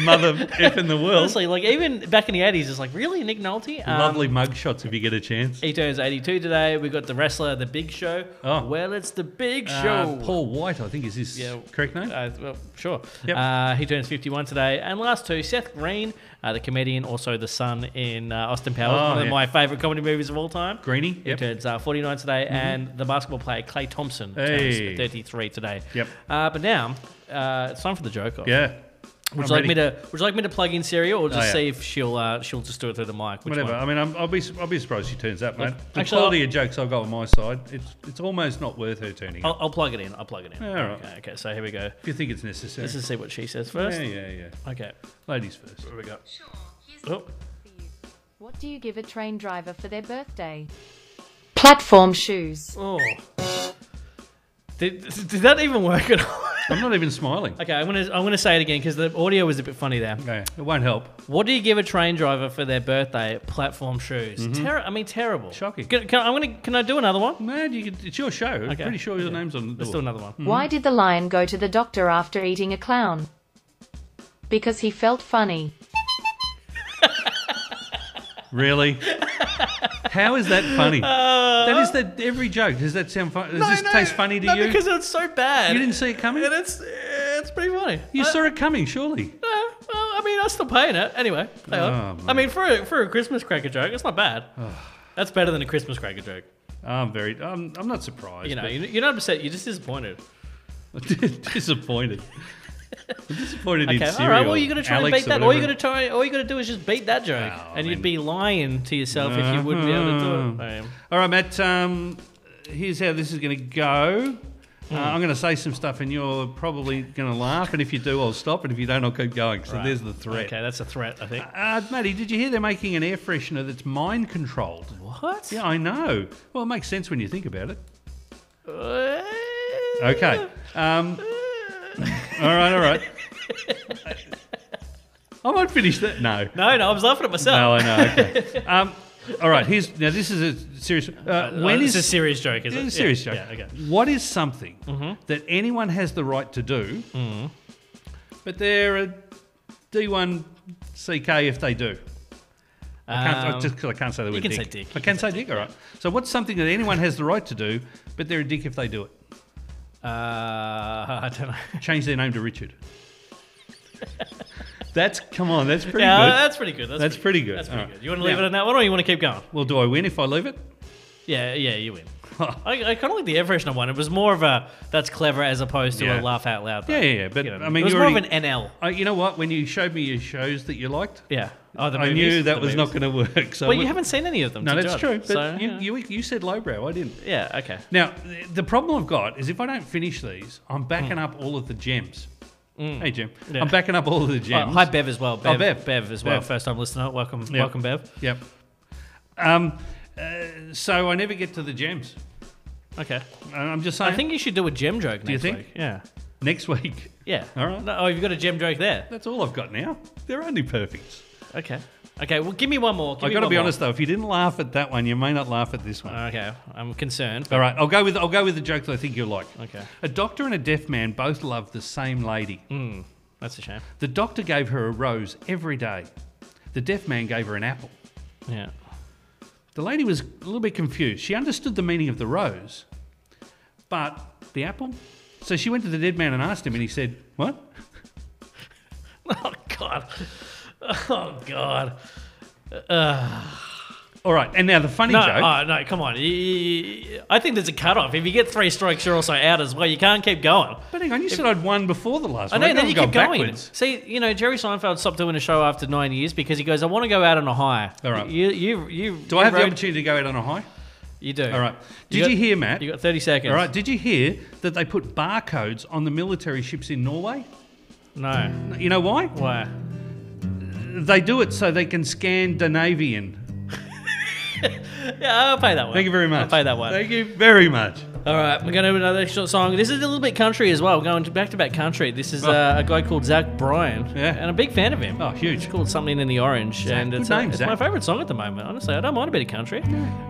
S2: mother F in the world.
S1: Uh. Honestly, like even back in the 80s, it's like, really? Nick Nolte? Um,
S2: Lovely mug shots if you get a chance.
S1: He turns 82 today. We've got the wrestler, The Big Show.
S2: Oh.
S1: Well, it's The Big
S2: Uh,
S1: Show.
S2: Paul White, I think, is his
S1: Yeah.
S2: correct name?
S1: Uh, well, sure.
S2: Yep.
S1: Uh, he turns 51 today. And last two, Seth Green, uh, the comedian, also the son in uh, Austin Powers,
S2: Oh,
S1: one of
S2: yeah.
S1: my favourite comedy movies of all time.
S2: Greenie.
S1: He
S2: Yep. Mm-hmm.
S1: turns uh, 49 today. And the basketball player, Clay Thompson,
S2: Hey.
S1: turns 33 today.
S2: Yep.
S1: Uh, but now, uh, it's time for the joke. off.
S2: Yeah.
S1: Would
S2: I'm
S1: you like
S2: ready. Oh,
S1: me to? Would you like me to plug in cereal, or just
S2: yeah.
S1: see if she'll uh, she'll just do it through the mic? Which
S2: Whatever.
S1: One?
S2: I mean, I'm, I'll be su- I'll be surprised she turns up, mate. The
S1: actually,
S2: quality
S1: I'll-
S2: of jokes I've got on my side, it's it's almost not worth her turning. up
S1: I'll, I'll plug it in. I'll plug it in.
S2: Yeah, all right.
S1: okay, okay, so here we go.
S2: if you think it's necessary.
S1: Let's just see what she says
S2: yeah,
S1: first.
S2: yeah, yeah.
S1: Okay,
S2: Ladies first.
S1: here we go.
S4: Sure. Here's
S1: Oh.
S4: What do you give a train driver for their birthday? Platform shoes.
S1: Oh. Did, did that even work at all?
S2: I'm not even smiling.
S1: okay, I'm gonna I'm gonna say it again because the audio was a bit funny there.
S2: Okay, it won't help.
S1: What do you give a train driver for their birthday? Platform shoes. Ter- I mean, terrible.
S2: Mm-hmm. Shocking.
S1: Can, can- I'm gonna can I do another one?
S2: Man, you could, it's your show. I'm
S1: Okay.
S2: pretty sure your
S1: Okay.
S2: name's on the
S1: Let's
S2: door.
S1: do another one.
S4: Why did the lion go to the doctor after eating a clown? Because he felt funny.
S2: Really? How is that funny? that is that every joke. Does that sound funny? Does this taste funny to
S1: no,
S2: you?
S1: because it's so bad.
S2: you didn't see it coming.
S1: And it's it's pretty funny.
S2: You
S1: I-
S2: saw it coming, surely.
S1: Uh, well, I mean, I'm still paying it anyway. Hang on.
S2: Oh,
S1: I mean, for a, for a Christmas cracker joke, it's not bad. That's better than a Christmas cracker joke.
S2: I'm very. I'm, I'm not surprised.
S1: You know, you- you're not upset. You're just disappointed.
S2: but disappointed. I'm disappointed in
S1: Okay,
S2: cereal.
S1: all right. Well, you're gonna try
S2: Alex
S1: and beat that.
S2: or
S1: All you
S2: whatever.
S1: gotta try, all you gotta do is just beat that joke,
S2: I
S1: and
S2: mean-
S1: you'd be lying to yourself if you wouldn't be able to do it. I am.
S2: All right, Matt. Um, here's how this is going to go.
S1: Hmm.
S2: Uh, I'm going to say some stuff, and you're probably going to laugh. And if you do, I'll stop. And if you don't, I'll keep going. So
S1: Right.
S2: there's the threat.
S1: Okay, that's a threat. I think.
S2: Uh, Matty, did you hear they're making an air freshener that's mind controlled?
S1: What?
S2: Yeah, I know. Well, it makes sense when you think about it.
S1: Uh,
S2: Okay. Um, all right, all right. I might finish that. No.
S1: No, no, I was laughing at
S2: No,
S1: myself.
S2: I know. Okay. Um, all right, here's now this is a serious. Uh,
S1: Uh,
S2: when
S1: it's
S2: is
S1: a serious joke? Is
S2: This
S1: it?
S2: is a serious
S1: yeah,
S2: joke.
S1: Yeah, okay. Mm-hmm.
S2: What is something that anyone has the right to do, but they're a D1 CK if they do? I can't, I
S1: Um,
S2: just 'cause I can't say the word
S1: can
S2: dick.
S1: say dick, you
S2: I can say dick, all right. So, what's something that anyone has the right to do, but they're a dick if they do it?
S1: uh, I don't know.
S2: Change their name to Richard. that's, come on, that's pretty
S1: yeah,
S2: good.
S1: that's pretty good. That's,
S2: That's pretty good.
S1: That's pretty
S2: All right.
S1: good. You want to leave
S2: Now-
S1: it on that one, or you want to keep going?
S2: Well, do I win if I leave it?
S1: Yeah, yeah, you win. I, I kind of like the air freshener one. It was more of a that's clever as opposed to
S2: Yeah.
S1: a laugh out loud. Though.
S2: Yeah, yeah, yeah, but,
S1: You know,
S2: I mean,
S1: it was
S2: you
S1: more of
S2: already-
S1: an NL.
S2: Uh, you know what? When you showed me your shows that you liked,
S1: Yeah. Oh, the
S2: I
S1: movies,
S2: knew that
S1: the
S2: was
S1: movies.
S2: not going to work. So
S1: Well,
S2: we-
S1: you haven't seen any of them.
S2: No,
S1: to
S2: that's
S1: judge,
S2: true. But
S1: so,
S2: you,
S1: yeah.
S2: you you said lowbrow. I didn't.
S1: yeah, okay.
S2: Now th- the problem I've got is if I don't finish these, I'm backing up all of the gems. Hey Jim,
S1: Hmm. Mm. Yeah.
S2: I'm backing up all of the
S1: Oh,
S2: gems.
S1: hi Bev as well. Bev,
S2: Bev.
S1: Bev as well.
S2: Bev.
S1: First time listener. Welcome,
S2: Yeah.
S1: welcome, Bev.
S2: Yep. Um, uh, so I never get to the gems.
S1: Okay.
S2: I- I'm just saying.
S1: I think you should do a gem joke
S2: you
S1: next
S2: think?
S1: week. Yeah.
S2: next week.
S1: Yeah.
S2: All right.
S1: No, oh, you've got a gem joke there.
S2: That's all I've got now. They're only perfect.
S1: Okay. Okay. Well, give me one more. Give
S2: I've
S1: me
S2: got to
S1: one
S2: be
S1: more. Uh,
S2: honest though. If you didn't laugh at that one, you may not laugh at this one.
S1: Okay. I'm concerned.
S2: All right, I'll go with I'll go with the joke that I think you'll like.
S1: Okay.
S2: A doctor and a deaf man both love the same lady.
S1: That's a shame.
S2: The doctor gave her a rose every day. The deaf man gave her an apple.
S1: Yeah.
S2: The lady was a little bit confused. She understood the meaning of the rose, but the apple. So she went to the dead man and asked him, and he said, "What?
S1: Oh God. Oh God.
S2: All right." And now the funny
S1: No,
S2: joke.
S1: oh, no, come on. Y- y- y- I think there's a cutoff. If you get three strikes, you're also out as well. You can't keep going.
S2: but hang on, you said I'd won before the last
S1: I
S2: one.
S1: know, then
S2: can't
S1: you
S2: go
S1: keep going.
S2: backwards.
S1: See, you know, Jerry Seinfeld stopped doing a show after nine years because he goes, I want to go out on a high.
S2: All right.
S1: You, you, you,
S2: Do I have the
S1: wrote-
S2: opportunity to go out on a high?
S1: You do.
S2: All right. Did
S1: You got-
S2: you hear, Matt?
S1: You got 30 seconds.
S2: All right. Did you hear that they put barcodes on the military ships in Norway?
S1: No.
S2: You know why?
S1: Why?
S2: They do it so they can Scandinavian.
S1: Yeah, I'll pay that one.
S2: Thank you very much.
S1: I'll pay that one.
S2: Thank you very much.
S1: All right, we're going to do another short song. This is a little bit country as well. We're going back to back country. This is
S2: Oh.
S1: uh, a guy called Zach Bryan,
S2: Yeah.
S1: and I'm a big fan of him.
S2: Oh, huge.
S1: It's called Something in the Orange, and
S2: good
S1: it's, uh,
S2: name,
S1: it's
S2: Zach.
S1: my favourite song at the moment. Honestly, I don't mind a bit of country.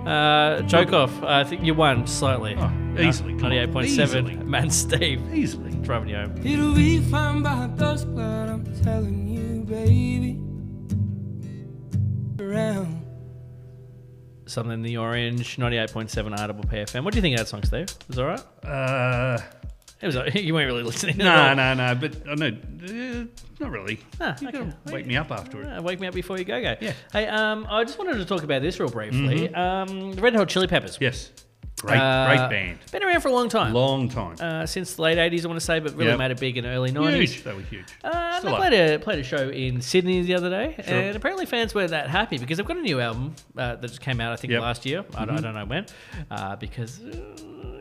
S1: Uh, joke off. I think you won slightly. Uh,
S2: Oh, easily, come on.
S1: Ninety-eight point
S2: Easily.
S1: seven. Man, Steve,
S2: Easily.
S1: driving you home.
S5: It'll be fine by dusk, but I'm telling you, baby. Around.
S1: Something in the Orange, ninety-eight point seven, Audible PFM. What do you think of that song, Steve? Is it all right?
S2: Uh,
S1: It was. all right. You weren't really listening. at
S2: no,
S1: all.
S2: no, no. But I know, uh, not really.
S1: Ah,
S2: you
S1: okay.
S2: gotta wake me up afterward.
S1: Ah, wake me up before you go go.
S2: Yeah.
S1: Hey, um, I just wanted to talk about this real briefly. Um, the Red Hot Chili Peppers.
S2: Yes, Mm-hmm. great,
S1: Uh,
S2: great band.
S1: Been around for a long time.
S2: Long time.
S1: Uh, since the late 80s, I want to say, but really
S2: Yep.
S1: made it big in the early 90s.
S2: huge. They were huge.
S1: Uh,
S2: Still
S1: they
S2: are.
S1: played a, played a show in Sydney the other day, and apparently fans weren't that happy because they've got a new album uh, that just came out, I think,
S2: Yep. Mm-hmm.
S1: last year. I, don't, I don't know when, uh, because, uh,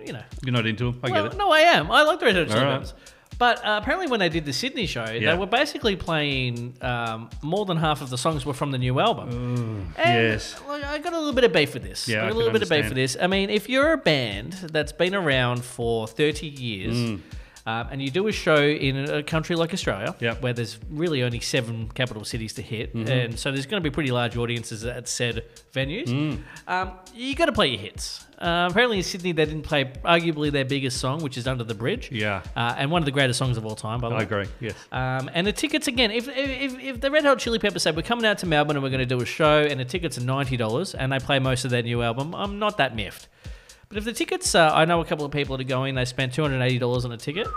S1: you know,
S2: You're not into them. I
S1: well,
S2: get it.
S1: no, I am. I like the Red Hot Chili
S2: All right.
S1: Peppers. But uh, apparently, when they did the Sydney show,
S2: Yeah.
S1: they were basically playing um, more than half of the songs were from the new album. and
S2: Mm, yes.
S1: like, I got a little bit of beef with this. I
S2: Yeah, I
S1: got a
S2: can
S1: little bit of beef
S2: understand.
S1: with this. I mean, if you're a band that's been around for 30 years.
S2: Mm.
S1: Um, and you do a show in a country like Australia,
S2: Yep. Mm-hmm.
S1: where there's really only seven capital cities to hit, and so there's going to be pretty large audiences at said venues.
S2: Mm.
S1: Um, you got to play your hits. Uh, apparently in Sydney, they didn't play arguably their biggest song, which is "Under the Bridge,"
S2: Yeah.
S1: uh, and one of the greatest songs of all time. By the
S2: I
S1: way,
S2: agree. Yes.
S1: um, and the tickets again, if, if, if- if the Red Hot Chili Peppers said we're coming out to Melbourne and we're going to do a show and the tickets are ninety dollars and they play most of their new album, I'm not that miffed. But if the tickets, uh, I know a couple of people that are going, they spent two hundred eighty dollars on a ticket,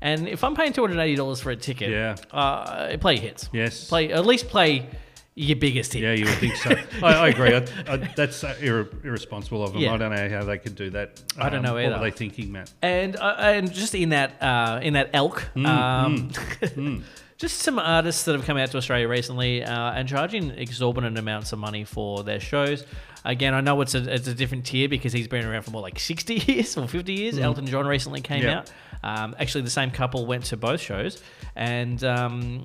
S1: and if I'm paying two hundred eighty dollars for a ticket,
S2: Yeah.
S1: uh, play your hits,
S2: Yes.
S1: play at least play your biggest hit.
S2: Yeah, you would think so. I, I agree. I, I, that's uh, ir- irresponsible of them.
S1: Yeah.
S2: I don't know how they could do that. Um,
S1: I don't know
S2: What
S1: either.
S2: were they thinking, Matt?
S1: and uh, and just in that uh, in that elk,
S2: Mm,
S1: um, just some artists that have come out to Australia recently uh, and charging exorbitant amounts of money for their shows. Again, I know it's a it's a different tier because he's been around for more like sixty years or fifty years. Elton John recently came
S2: Mm. Yeah.
S1: out. Um, actually, the same couple went to both shows, and um,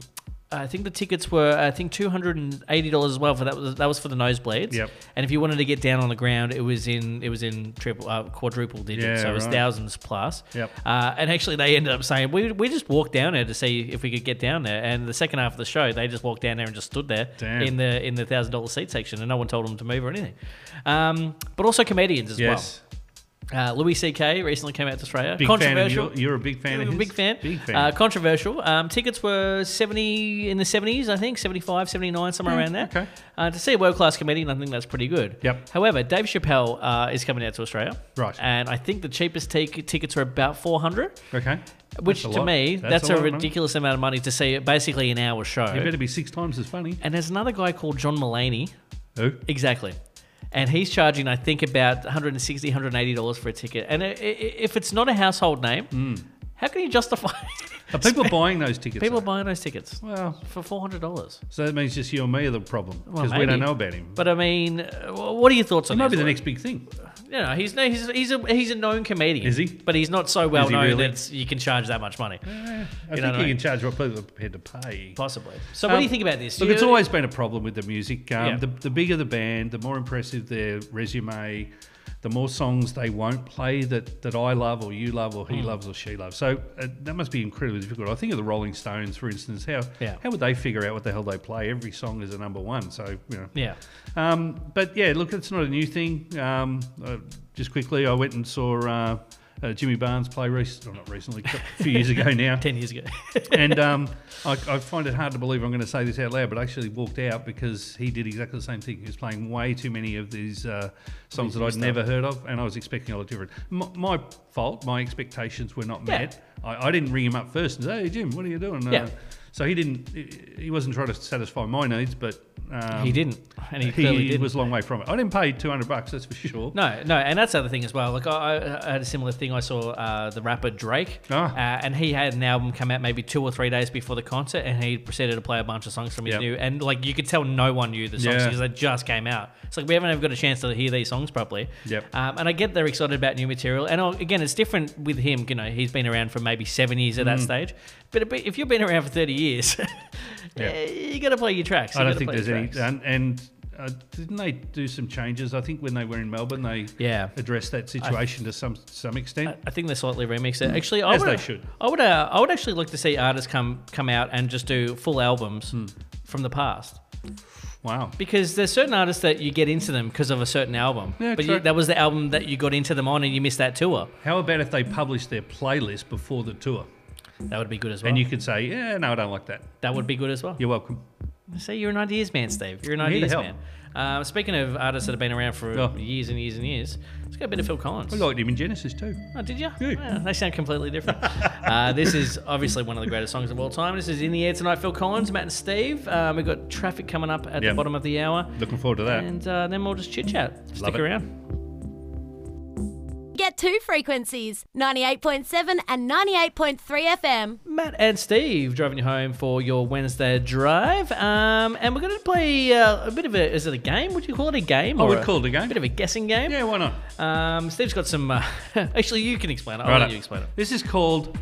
S1: I think the tickets were I think two hundred and eighty dollars as well for that was that was for the nosebleeds.
S2: Yep.
S1: And if you wanted to get down on the ground, it was in it was in triple uh, quadruple digits,
S2: Yeah,
S1: so it was
S2: right.
S1: thousands plus.
S2: Yep.
S1: Uh, and actually, they ended up saying, we, we just walked down there to see if we could get down there. And the second half of the show, they just walked down there and just stood there
S2: Damn.
S1: in the in the thousand dollar seat section, and no one told them to move or anything. Um, but also comedians as
S2: Yes.
S1: well. Uh, Louis C.K. recently came out to Australia.
S2: Big fan of
S1: controversial.
S2: your, You're a big fan of
S1: I'm a
S2: his?
S1: big fan.
S2: Big fan.
S1: Uh, controversial. Um, tickets were 70 in the 70s, I think, 75, 79, somewhere around there.
S2: Mm, okay.
S1: Uh, to see a world class comedian, I think that's pretty good.
S2: Yep.
S1: However, Dave Chappelle uh, is coming out to Australia.
S2: Right.
S1: And I think the cheapest t- tickets are about 400,
S2: okay.
S1: which
S2: That's a
S1: to
S2: lot.
S1: me, that's, a,
S2: lot of money.
S1: ridiculous amount of money to see basically an hour show.
S2: It better be six times as funny.
S1: And there's another guy called John Mullaney.
S2: Who?
S1: Exactly. And he's charging, I think, about $160, $180 for a ticket. And i- i- if it's not a household name,
S2: Mm.
S1: how can you justify
S2: Are people buying those tickets?
S1: People are
S2: though?
S1: buying those tickets
S2: Well,
S1: for four hundred dollars.
S2: so that means just you and me are the problem
S1: Well,
S2: because we
S1: maybe.
S2: don't know about him.
S1: But I mean, uh, what are your thoughts
S2: He
S1: on
S2: might
S1: that?
S2: be the next big thing.
S1: You know, he's no, he's he's a he's a known comedian.
S2: Is he?
S1: But he's not so well
S2: he
S1: known
S2: really?
S1: that you can charge that much money,
S2: I
S1: You know
S2: think
S1: what I
S2: you
S1: mean?
S2: can charge what people are prepared to pay.
S1: possibly. So what do
S2: Um,
S1: you think about this?
S2: Look,
S1: You-
S2: it's always been a problem with the music. Um,
S1: Yeah.
S2: the, the bigger the band, the more impressive their resume, the more songs they won't play that, that I love or you love or
S1: Hmm.
S2: he loves or she loves. So uh, that must be incredibly difficult. I think of the Rolling Stones, for instance. How
S1: Yeah.
S2: how would they figure out what the hell they play? Every song is a number one. So you know.
S1: yeah.
S2: Um, but yeah, look, it's not a new thing. Um, uh, just quickly, I went and saw uh, uh, Jimmy Barnes play recently, not recently, a few years ago now
S1: Ten years ago.
S2: and um, I, I find it hard to believe I'm going to say this out loud, but I actually walked out because he did exactly the same thing. He was playing way too many of these uh, songs that I'd never heard of, and I was expecting a lot different. M- my fault, my expectations were not
S1: Yeah.
S2: met. I, I didn't ring him up first and say, "Hey Jim, what are you doing?" Uh,
S1: Yeah.
S2: so he didn't. he- He wasn't trying to satisfy my needs, but um,
S1: he didn't, and he,
S2: He,
S1: clearly didn't.
S2: was a long way from it. I didn't pay 200 bucks, that's for sure.
S1: No, no, and that's the other thing as well. Like I, I- I had a similar thing. I saw uh, the rapper Drake,
S2: Ah.
S1: uh, and he had an album come out maybe two or three days before the concert, and he proceeded to play a bunch of songs from his
S2: Yep.
S1: new. And like you could tell, no one knew the songs
S2: Yeah.
S1: because they just came out. It's like we haven't ever got a chance to hear these songs properly.
S2: Yep.
S1: Um, and I get they're excited about new material, and I'll, again, it's different with him. You know, he's been around for maybe seven years at
S2: Mm.
S1: that stage. But it- if you've been around for thirty years,
S2: Yeah.
S1: you got to play your tracks.
S2: I
S1: You
S2: don't
S1: gotta
S2: think
S1: play
S2: there's
S1: your
S2: any,
S1: tracks.
S2: and, and uh, didn't they do some changes? I think when they were in Melbourne, they
S1: Yeah. Uh,
S2: addressed that situation to some some extent.
S1: I- I think they slightly remixed it. Actually, I
S2: Mm. As
S1: would.
S2: they should.
S1: I would. Uh, I would actually like to see artists come come out and just do full albums
S2: Mm.
S1: from the past
S2: wow.
S1: because there's certain artists that you get into them because of a certain album.
S2: Yeah,
S1: but
S2: true.
S1: You, that was the album that you got into them on, and you missed that tour.
S2: How about if they published their playlist before the tour,
S1: That would be good as well.
S2: and you could say, "Yeah, no, I don't like that."
S1: that would be good as well.
S2: You're welcome.
S1: See, you're an ideas man, Steve. You're an
S2: I'm here to
S1: ideas
S2: help.
S1: man. Um, speaking of artists that have been around for
S2: Oh.
S1: years and years and years, let's go a bit of Phil Collins.
S2: I liked him in Genesis too.
S1: Oh, did you? Well, they sound completely different. uh, this is obviously one of the greatest songs of all time. This is In the Air Tonight, Phil Collins, Matt and Steve. Um, we've got traffic coming up at
S2: Yeah.
S1: the bottom of the hour.
S2: Looking forward to that.
S1: And uh, then we'll just chit chat. Stick
S2: it.
S1: around.
S6: Get two frequencies 98.7 and 98.3 FM.
S1: Matt and Steve driving you home for your Wednesday drive. Um, and we're going to play uh, a bit of a, is it a game? Would you call it a game?
S2: I
S1: or
S2: would
S1: a-
S2: call it a game.
S1: bit of a guessing game.
S2: yeah, why not?
S1: Um, Steve's got some. Uh, actually, you can explain it. I'll let
S2: Righto.
S1: you explain it.
S2: This is called.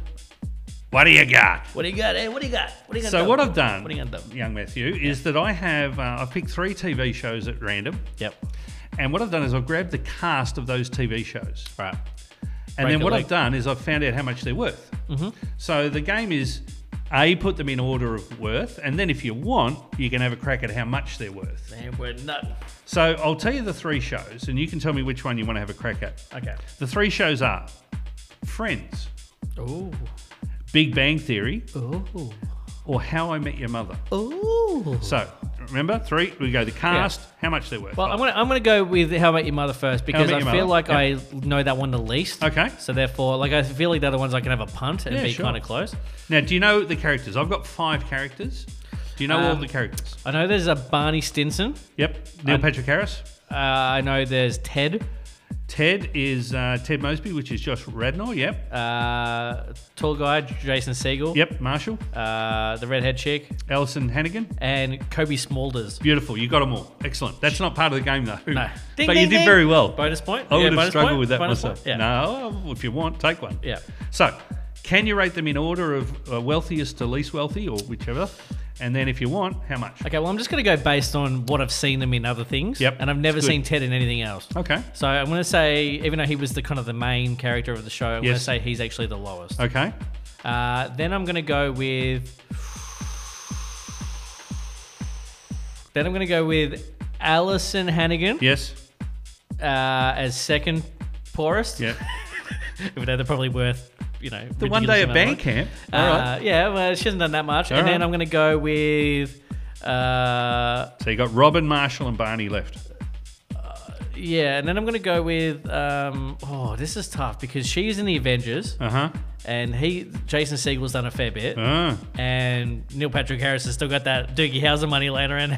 S2: What do you got?
S1: What do you got? Eh? What do you got? What do you got?
S2: So
S1: done?
S2: what I've done,
S1: What do you got? done?
S2: young Matthew, is that I have uh, I've picked three TV shows at random,
S1: Yep.
S2: and what I've done is I've grabbed the cast of those TV shows,
S1: Right.
S2: and
S1: Break
S2: then
S1: a
S2: what
S1: leg.
S2: I've done is I've found out how much they're worth.
S1: Mm-hmm.
S2: So the game is a put them in order of worth, and then if you want, you can have a crack at how much they're worth.
S1: And we're nutting.
S2: So I'll tell you the three shows, and you can tell me which one you want to have a crack at.
S1: Okay.
S2: The three shows are Friends,
S1: Ooh.
S2: Big Bang Theory,
S1: Ooh.
S2: or How I Met Your Mother.
S1: Ooh.
S2: So remember, three. We go the cast, how much they're worth.
S1: Well, I'm gonna I'm gonna go with How About Your Mother first because
S2: Met
S1: I
S2: Your
S1: feel like
S2: Mother, yeah.
S1: I know that one the least.
S2: Okay.
S1: So therefore, like I feel like the other ones I can have a punt and
S2: Yeah,
S1: be
S2: sure.
S1: kind of close.
S2: Now, do you know the characters? I've got five characters. Do you know all
S1: Um,
S2: the characters?
S1: I know there's a Barney Stinson.
S2: Yep. Neil
S1: I-
S2: Patrick Harris.
S1: Uh, I know there's Ted.
S2: Ted is uh, Ted Mosby, which is Josh Radnor. Yep.
S1: Uh, tall guy Jason Segel.
S2: Yep. Marshall.
S1: Uh, the redhead chick
S2: Alison Hannigan.
S1: and Kobe Smulders.
S2: Beautiful. You got them all. Excellent. That's not part of the game, though.
S1: No. Ding,
S2: but you
S1: ding,
S2: did
S1: ding.
S2: very well.
S1: Bonus point.
S2: I
S1: Yeah,
S2: would have
S1: bonus
S2: struggled
S1: point.
S2: with that
S1: Bonus
S2: myself.
S1: point. Yeah.
S2: No, if you want, take one.
S1: Yeah.
S2: So, can you rate them in order of uh, wealthiest to least wealthy or whichever? And then, if you want, how much?
S1: Okay, well, I'm just going to go based on what I've seen them in other things.
S2: Yep,
S1: And I've never
S2: it's good.
S1: seen Ted in anything else.
S2: Okay.
S1: So I'm going to say, even though he was the kind of the main character of the show, I'm
S2: Yes.
S1: going to say he's actually the lowest.
S2: Okay.
S1: Uh, then I'm going to go with. Then I'm going to go with Alison Hannigan
S2: Yes.
S1: uh, as second poorest.
S2: Yeah.
S1: Even though they're probably worth, you know,
S2: the one day at band
S1: bank.
S2: camp.
S1: Uh,
S2: All right.
S1: Yeah, well, she hasn't done that much.
S2: All
S1: and then
S2: right.
S1: I'm going to go with. Uh,
S2: So you got Robin, Marshall, and Barney left.
S1: Yeah, and then I'm gonna go with um, oh, this is tough because she's in the Avengers
S2: Uh huh.
S1: and he Jason Siegel's done a fair bit.
S2: Ah.
S1: And Neil Patrick Harris has still got that Doogie Howser money laying around.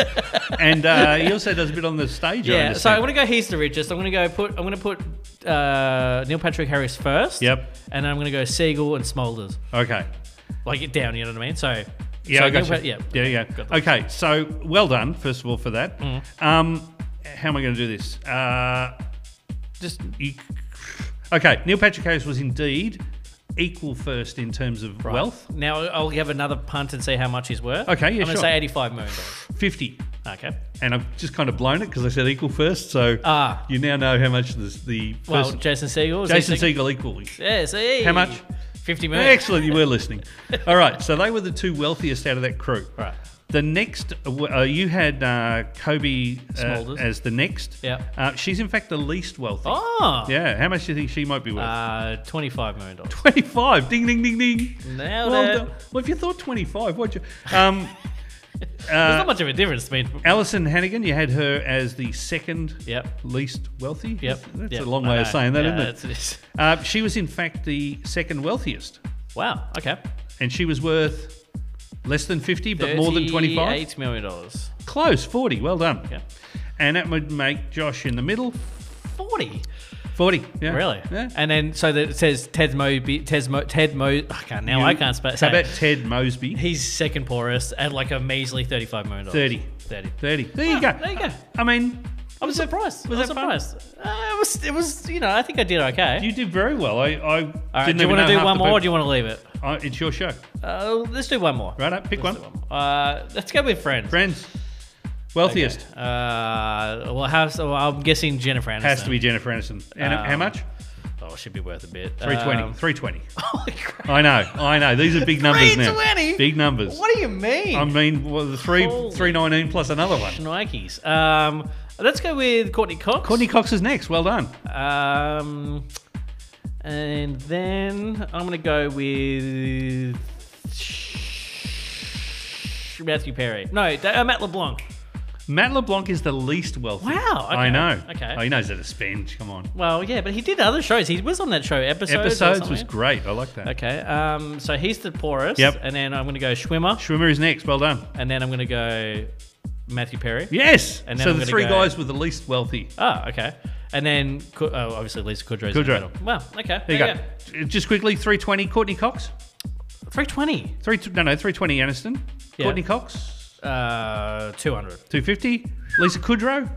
S2: And uh, he also does a bit on the stage. I
S1: yeah, so
S2: understand.
S1: I'm gonna go. He's the richest. I'm gonna go put. I'm gonna put uh, Neil Patrick Harris first.
S2: Yep.
S1: And I'm gonna go Siegel and Smolders.
S2: Okay.
S1: Like it down. You know what I mean? So
S2: Yeah,
S1: so
S2: I
S1: Neil
S2: got
S1: Pa-
S2: you.
S1: yeah.
S2: yeah, yeah.
S1: Got Mm-hmm. that.
S2: Okay, so well done, first of all, for that. Um, how am I going to do this? Uh, just you. Okay, Neil Patrick Harris was indeed equal first in terms of wealth.
S1: Now I'll give another punt and see how much he's worth.
S2: Okay, yeah,
S1: I'm gonna
S2: sure.
S1: say 85 million dollars.
S2: Fifty,
S1: Okay.
S2: and I've just kind of blown it because I said equal first. So
S1: Ah.
S2: you now know how much the the
S1: Well,
S2: person,
S1: Jason Siegel. is he
S2: Jason
S1: Siegel?
S2: Siegel equals.
S1: Yeah, see.
S2: How much?
S1: 50 million.
S2: Excellent, you were listening. All right, so they were the two wealthiest out of that crew.
S1: Right.
S2: The next, uh, you had uh, Kobe uh,
S1: Smulders.
S2: as the next.
S1: Yeah.
S2: Uh, she's in fact the least wealthy.
S1: Oh.
S2: Yeah. How much do you think she might be worth?
S1: Uh, 25 million dollars.
S2: twenty-five. Ding, ding, ding, ding.
S1: Nailed
S2: well,
S1: it.
S2: done. well, if you thought twenty-five, what'd you? Um, Uh,
S1: There's not much of a difference between.
S2: Alison Hannigan, you had her as the second
S1: Yep.
S2: least wealthy.
S1: Yep.
S2: That's
S1: yep,
S2: a long
S1: I
S2: way
S1: know.
S2: of saying that,
S1: Yeah,
S2: not it?
S1: that's- it's-
S2: Uh, she was in fact the second wealthiest,
S1: Wow. Okay.
S2: and she was worth less than fifty, but more than twenty-five.
S1: $38 million dollars.
S2: Close, 40. Well done.
S1: Yeah.
S2: And that would make Josh in the middle.
S1: 40.
S2: 40. Yeah.
S1: Really?
S2: Yeah.
S1: And then, so that it says Ted Moby, Ted Mo, Ted Mo, I can't, now
S2: You-
S1: I can't sp-
S2: So
S1: say
S2: about
S1: it.
S2: Ted Mosby.
S1: He's second poorest at like a measly $35 million.
S2: 30.
S1: 30.
S2: 30. There you
S1: Wow,
S2: go.
S1: there you go.
S2: I mean,
S1: I was surprised.
S2: was
S1: I was
S2: that fun?
S1: surprised. Uh, it was, it was, you know, I think I did okay.
S2: you did very well. I, I
S1: All right,
S2: didn't
S1: do you
S2: even
S1: want to
S2: know
S1: do
S2: half
S1: one
S2: the
S1: more or do
S2: people-
S1: you want to leave it?
S2: Uh, it's your show.
S1: Uh, let's do one more.
S2: Right up. Pick one.
S1: Uh, let's go with friends.
S2: Friends. Wealthiest
S1: Uh, well, how, so I'm guessing Jennifer Aniston.
S2: has to be Jennifer Aniston. And how
S1: Um,
S2: much?
S1: Oh, it should be worth a bit.
S2: 320.
S1: Um,
S2: 320.
S1: holy crap.
S2: I know. I know. These are big numbers now.
S1: 320?
S2: Big numbers.
S1: What do you mean?
S2: I mean, well, the three,
S1: Holy
S2: 319 plus another one.
S1: Nikes. Um, let's go with Courtney Cox.
S2: Courtney Cox is next. Well done.
S1: Um, and then I'm gonna go with Matthew Perry. No, da- uh, Matt LeBlanc.
S2: Matt LeBlanc is the least wealthy.
S1: Wow, okay,
S2: I know.
S1: okay.
S2: Oh, he knows how to spend. Come on.
S1: Well, yeah, but he did other shows. He was on that show episodes. or
S2: Episodes was
S1: something.
S2: great. I like that.
S1: Okay. Um, so he's the poorest.
S2: Yep.
S1: And then I'm gonna go Schwimmer.
S2: Schwimmer is next. Well done.
S1: And then I'm gonna go Matthew Perry.
S2: Yes.
S1: And then
S2: so
S1: I'm
S2: the
S1: gonna
S2: three
S1: go-
S2: guys were the least wealthy.
S1: Ah, okay. And then Cou- oh, obviously Lisa Kudrow's in the
S2: Kudrow.
S1: middle. Wow. Okay.
S2: There you go. Uh, Just quickly, 320 Courtney Cox.
S1: Three twenty.
S2: Three, no, no, 320 Aniston.
S1: Yeah.
S2: Courtney Cox,
S1: Uh, two hundred.
S2: 250. Lisa Kudrow.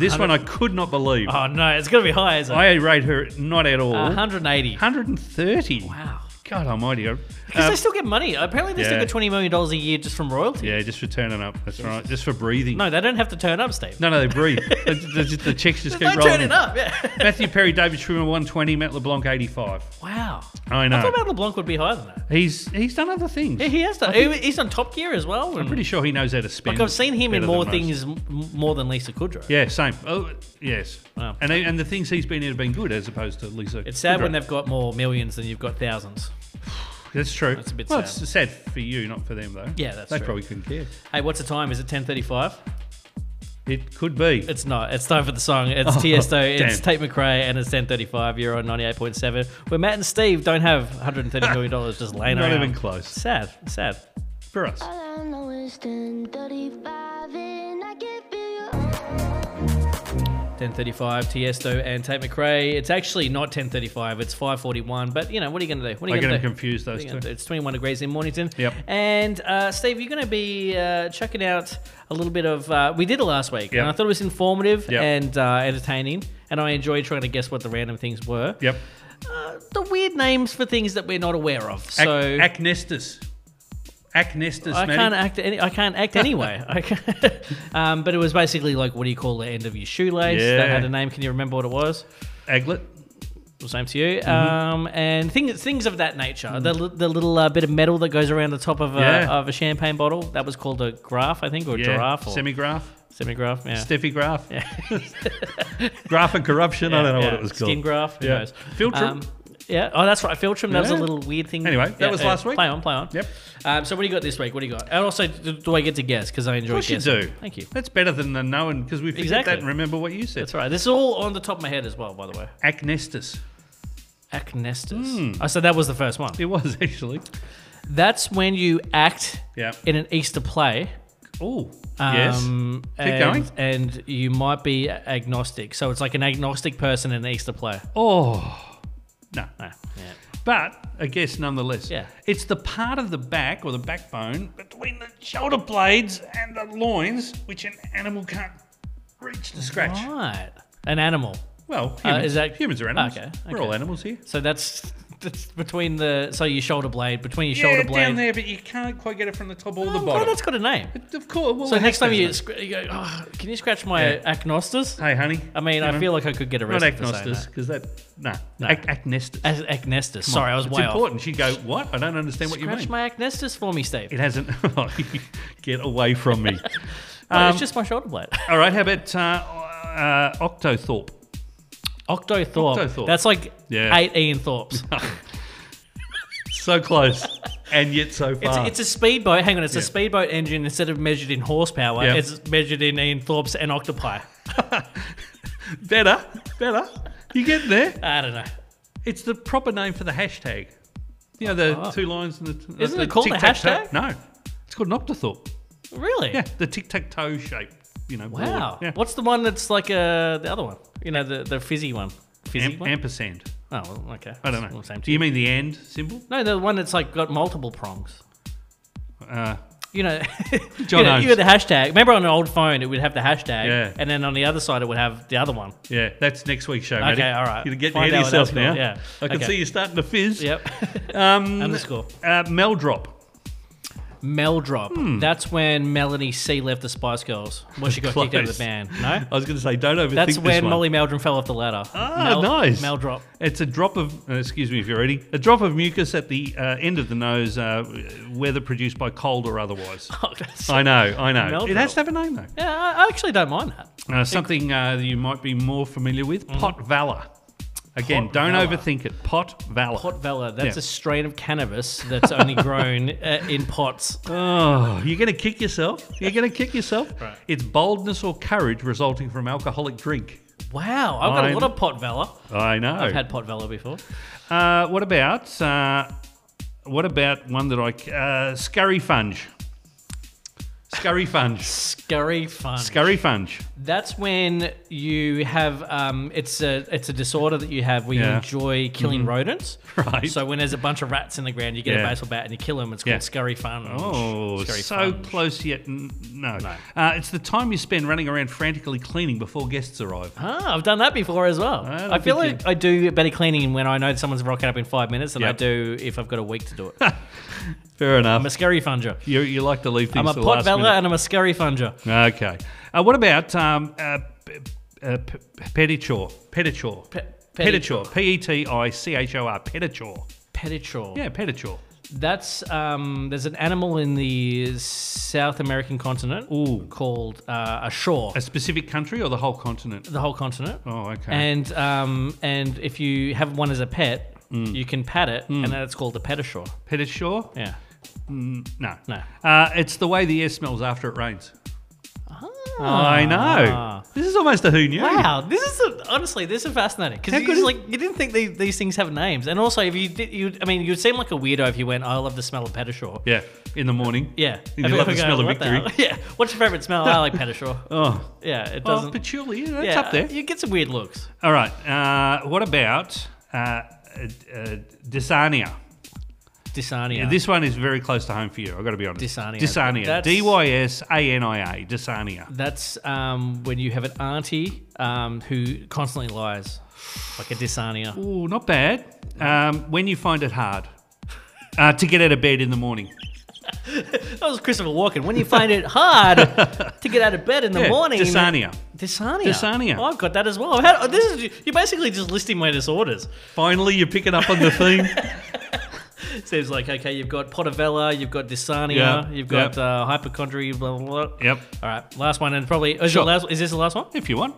S2: This one I could not believe.
S1: Oh no, it's gonna be high, isn't it?
S2: I rate her not at all.
S1: Uh, 180.
S2: 130.
S1: Wow.
S2: God almighty. I-
S1: Because
S2: Uh,
S1: they still get money. Apparently, they still
S2: yeah.
S1: get $20 million a year just from royalty.
S2: yeah, just for turning up. That's right. Just for breathing.
S1: No, they don't have to turn up, Steve.
S2: no, no they breathe. the, the- the checks just
S1: they
S2: keep
S1: turn
S2: rolling.
S1: it
S2: in.
S1: up. Yeah.
S2: Matthew Perry, David Schwimmer, 120. Matt LeBlanc, 85.
S1: wow.
S2: I
S1: I
S2: know.
S1: thought Matt LeBlanc would be higher than that.
S2: He's he's done other things.
S1: Yeah, he has done. he- he's on Top Gear as well.
S2: I'm pretty sure he knows how to spend.
S1: like I've seen him in
S2: better
S1: more
S2: than
S1: things,
S2: most.
S1: m- more than Lisa Kudrow.
S2: Yeah, same. Oh, yes.
S1: Wow.
S2: And they- and the things he's been in have been good as opposed to Lisa.
S1: It's sad when
S2: Kudrow.
S1: they've got more millions than you've got thousands.
S2: That's true.
S1: That's a bit
S2: well,
S1: sad.
S2: it's sad for you, not for them though.
S1: Yeah, that's
S2: they
S1: true.
S2: probably couldn't care.
S1: Hey, what's the time? Is it 10:35?
S2: It could be.
S1: It's not. It's time for the song. It's Tiesto. It's
S2: Oh, damn.
S1: Tate McRae, and it's 10:35. You're on 98.7. Where Matt and Steve don't have 130 million dollars just laying
S2: not
S1: around.
S2: even close
S1: Sad. Sad.
S2: for us.
S7: All I know is 10:35 and I can feel your
S1: 10:35, Tiesto and Tate McRae. It's actually not 10:35; it's 5:41. But you know, what are you going to do? What are
S2: I
S1: you
S2: get
S1: going to do?
S2: them confused
S1: What are
S2: those
S1: you gonna
S2: two.
S1: do? It's 21 degrees in Mornington.
S2: Yep.
S1: And uh, Steve, you're going to be uh, checking out a little bit of. Uh, we did it last week,
S2: Yep.
S1: and I thought it was informative
S2: Yep.
S1: and uh, entertaining. And I enjoyed trying to guess what the random things were.
S2: Yep.
S1: Uh, the weird names for things that we're not aware of.
S2: Ac-
S1: So
S2: Acnestus. Acnestus.
S1: I
S2: Matty.
S1: can't act. Any, I can't act anyway. I can't- um, but it was basically like, what do you call the end of your shoelace? That
S2: Yeah.
S1: had a name. Can you remember what it was?
S2: Aglet.
S1: Well, same to
S2: Mm-hmm.
S1: you. Um, and things things of that nature. The, li- the little uh, bit of metal that goes around the top of a,
S2: Yeah.
S1: of a champagne bottle that was called a graph, I think, or
S2: Yeah.
S1: giraffe or
S2: Semigraph.
S1: semigraph. Yeah.
S2: Steffi Graph. graph and corruption. I don't know what
S1: Yeah,
S2: it was called.
S1: Skin graph. Who
S2: Yeah.
S1: knows?
S2: Filtrum.
S1: yeah. Oh, that's right. Filtrum. That was a
S2: Yeah.
S1: little weird thing.
S2: Anyway, that
S1: Yeah,
S2: was
S1: yeah.
S2: last week.
S1: Play on. Play on.
S2: Yep.
S1: Um, so what do you got this week? What do you got? And also, do, do I get to guess? Because I enjoy
S2: Of course you
S1: guessing.
S2: do.
S1: Thank you.
S2: That's better than the known because we forget
S1: Exactly.
S2: that and remember what you said.
S1: That's right. This is all on the top of my head as well, by the way.
S2: Acnestus.
S1: Acnestus.
S2: Hmm.
S1: Oh, so that was the first one.
S2: It was actually.
S1: That's when you act
S2: Yeah.
S1: in an Easter play.
S2: Oh.
S1: Um,
S2: Keep
S1: and,
S2: going.
S1: And you might be a- agnostic. So it's like an agnostic person in an Easter play.
S2: yes. Oh. No.
S1: No, Ah, yeah.
S2: But I guess nonetheless.
S1: Yeah.
S2: It's the part of the back or the backbone between the shoulder blades and the loins which an animal can't reach to scratch.
S1: Right. An animal.
S2: Well, humans,
S1: Uh, is that- Ah,
S2: humans are animals.
S1: Okay,
S2: We're
S1: okay.
S2: all animals here.
S1: So that's, that's between the. So your shoulder blade, between your
S2: yeah,
S1: shoulder blade.
S2: down there, but you can't quite get it from the top or the
S1: Oh,
S2: bottom.
S1: that's got a name.
S2: Of course. Well,
S1: So
S2: it
S1: next
S2: has
S1: time
S2: to,
S1: you,
S2: isn't
S1: sc- you go, oh, can you scratch my
S2: Yeah.
S1: agnostus?
S2: it? Hey, honey.
S1: I mean,
S2: you
S1: I
S2: know,
S1: feel like I could get
S2: Not
S1: arrested. for saying
S2: agnostus, because that. Nah.
S1: No.
S2: Ac- agnestus.
S1: that. As agnestus. Sorry, I was
S2: it's
S1: way
S2: important. She'd go, what? I don't understand
S1: off.
S2: what you
S1: Scratch
S2: mean.
S1: my agnestus for me, Steve.
S2: It hasn't. oh, Get away from me.
S1: No, it's
S2: Um,
S1: just my shoulder blade.
S2: All right, how about uh, uh, Octothorpe?
S1: Octothorpe.
S2: Octothorpe.
S1: That's like
S2: Yeah.
S1: eight Ian Thorpes.
S2: So close, and yet so
S1: It's,
S2: far.
S1: it's a speedboat. Hang on, it's a
S2: Yeah.
S1: speedboat engine. Instead of measured in horsepower,
S2: Yeah.
S1: it's measured in Ian Thorpes and octopi.
S2: better, better. You get there.
S1: I don't know.
S2: It's the proper name for the hashtag. You know, the two lines and the.
S1: Oh. Isn't
S2: the
S1: it called a
S2: tic-tac-toe-
S1: hashtag?
S2: No, it's called an Octothorpe.
S1: Really?
S2: Yeah, the tic tac toe shape. You know. board.
S1: Wow.
S2: Yeah.
S1: What's the one that's like uh, the other one? You know, the, the fizzy one. Fizzy
S2: Am-
S1: one?
S2: ampersand?
S1: oh, well, okay.
S2: I don't know.
S1: Well, Same to
S2: Do you mean the and symbol?
S1: No, the one that's like got multiple prongs.
S2: Uh,
S1: You know, you,
S2: John
S1: know
S2: Oates.
S1: you had the hashtag. Remember on an old phone, it would have the hashtag,
S2: Yeah.
S1: and then on the other side, it would have the other one.
S2: yeah, that's next week's show.
S1: Okay,
S2: Matty.
S1: all right.
S2: You're getting
S1: Find
S2: ahead
S1: out
S2: of
S1: what that's
S2: yourself now.
S1: called, yeah.
S2: I can
S1: Okay.
S2: see you starting to fizz.
S1: Yep.
S2: Um,
S1: Underscore.
S2: Uh, Mel drop.
S1: Mel drop. That's when Melanie C left the Spice Girls when she got kicked out of the
S2: Close.
S1: band. No,
S2: I was going to say, don't overthink
S1: that's
S2: this
S1: when
S2: one.
S1: Molly Meldrum fell off the ladder.
S2: Ah,
S1: Mel,
S2: nice.
S1: Mel drop.
S2: It's a drop of, uh, excuse me if you're eating, a drop of mucus at the uh, end of the nose, uh, whether produced by cold or otherwise.
S1: Oh, that's-
S2: I know, I know.
S1: Mel
S2: it has to
S1: drop.
S2: have a name though.
S1: yeah, I I actually don't mind that.
S2: Uh, something uh, that you might be more familiar with, pot valor.
S1: Mm.
S2: Again,
S1: Pot
S2: don't
S1: valor.
S2: overthink it. Pot valor.
S1: Pot Vella, that's
S2: Yeah.
S1: a strain of cannabis that's only grown uh, in pots.
S2: Oh, you're going to kick yourself? You're going to kick yourself?
S1: Right.
S2: It's boldness or courage resulting from alcoholic drink.
S1: Wow, I've got a
S2: I
S1: lot
S2: know.
S1: of Pot Vella.
S2: I know.
S1: I've had Pot Vella before.
S2: Uh, what about uh, what about one that I c- uh, scurry funge? Scurry funge.
S1: Scurry fun.
S2: Scurry funge.
S1: That's when you have um, it's a it's a disorder that you have where you
S2: Yeah. Mm-hmm.
S1: enjoy killing rodents.
S2: Right.
S1: So when there's a bunch of rats in the ground, you get a
S2: Yeah.
S1: baseball bat and you kill them. It's called
S2: Yeah.
S1: scurry fun.
S2: Oh,
S1: scurry
S2: so
S1: fun.
S2: close yet n- no. Uh, it's the time you spend running around frantically cleaning before guests arrive.
S1: Ah, I've done that before as well.
S2: I don't
S1: I, feel
S2: think
S1: like I do better cleaning when I know someone's rocking up in five minutes than I
S2: Yep.
S1: do if I've got a week to do it.
S2: Fair enough.
S1: I'm a scurry funger.
S2: you, you like to leave things
S1: I'm a
S2: to the last
S1: pot vella
S2: minute.
S1: and I'm a scurry funger.
S2: Okay. Uh, what about um, uh, p- uh, p- pedichor? Pedichor.
S1: Pe-
S2: pedichor. P E T I C H O R. Pedichor.
S1: Pedichor.
S2: Yeah, pedichor.
S1: That's um, there's an animal in the South American continent
S2: Ooh.
S1: called uh, a shore.
S2: A specific country or the whole continent?
S1: the whole continent.
S2: Oh, okay.
S1: And um, and if you have one as a pet,
S2: Mm.
S1: you can pat it, and that's called a pedishore.
S2: Pedichor?
S1: Yeah.
S2: No.
S1: No.
S2: Uh, it's the way the air smells after it rains. I
S1: Ah.
S2: know. This is almost a who knew.
S1: Wow, this is a, honestly this is fascinating
S2: How
S1: because you
S2: good
S1: just,
S2: is-
S1: like you didn't think these, these things have names, and also if you did, you I mean you'd seem like a weirdo if you went I love the smell of pedishore.
S2: Yeah. In the morning.
S1: Yeah,
S2: You
S1: And
S2: love
S1: people
S2: the
S1: go,
S2: smell of
S1: "What the
S2: victory."
S1: hell?" Yeah, what's your favorite smell? I like pedishore.
S2: Oh.
S1: Yeah, it
S2: Oh,
S1: doesn't.
S2: patchouli. Yeah, that's
S1: yeah,
S2: up there.
S1: You get some weird looks.
S2: All right. Uh, what about uh, uh, uh, Dysania?
S1: Disania.
S2: Yeah, This one is very close to home for you. I've got to be honest.
S1: Dysania.
S2: Dysania.
S1: That's-
S2: D Y S A N I A. Dysania.
S1: That's um, when you have an auntie um, who constantly lies, like a Dysania.
S2: Ooh, not bad. Um, when you find it hard uh, to get out of bed in the morning.
S1: That was Christopher Walken. When you find it hard to get out of bed in the
S2: Yeah,
S1: morning,
S2: Dysania.
S1: Dysania.
S2: Dysania.
S1: Oh, I've got that as well. I've had- oh, this is you're basically just listing my disorders.
S2: Finally, you're picking up on the theme.
S1: It seems like okay, you've got Potavella, you've got Dysania,
S2: Yeah,
S1: you've
S2: yeah.
S1: got uh, hypochondria, blah blah blah.
S2: yep.
S1: All right, last one and probably is,
S2: Sure.
S1: your last, is this the last one?
S2: If you want.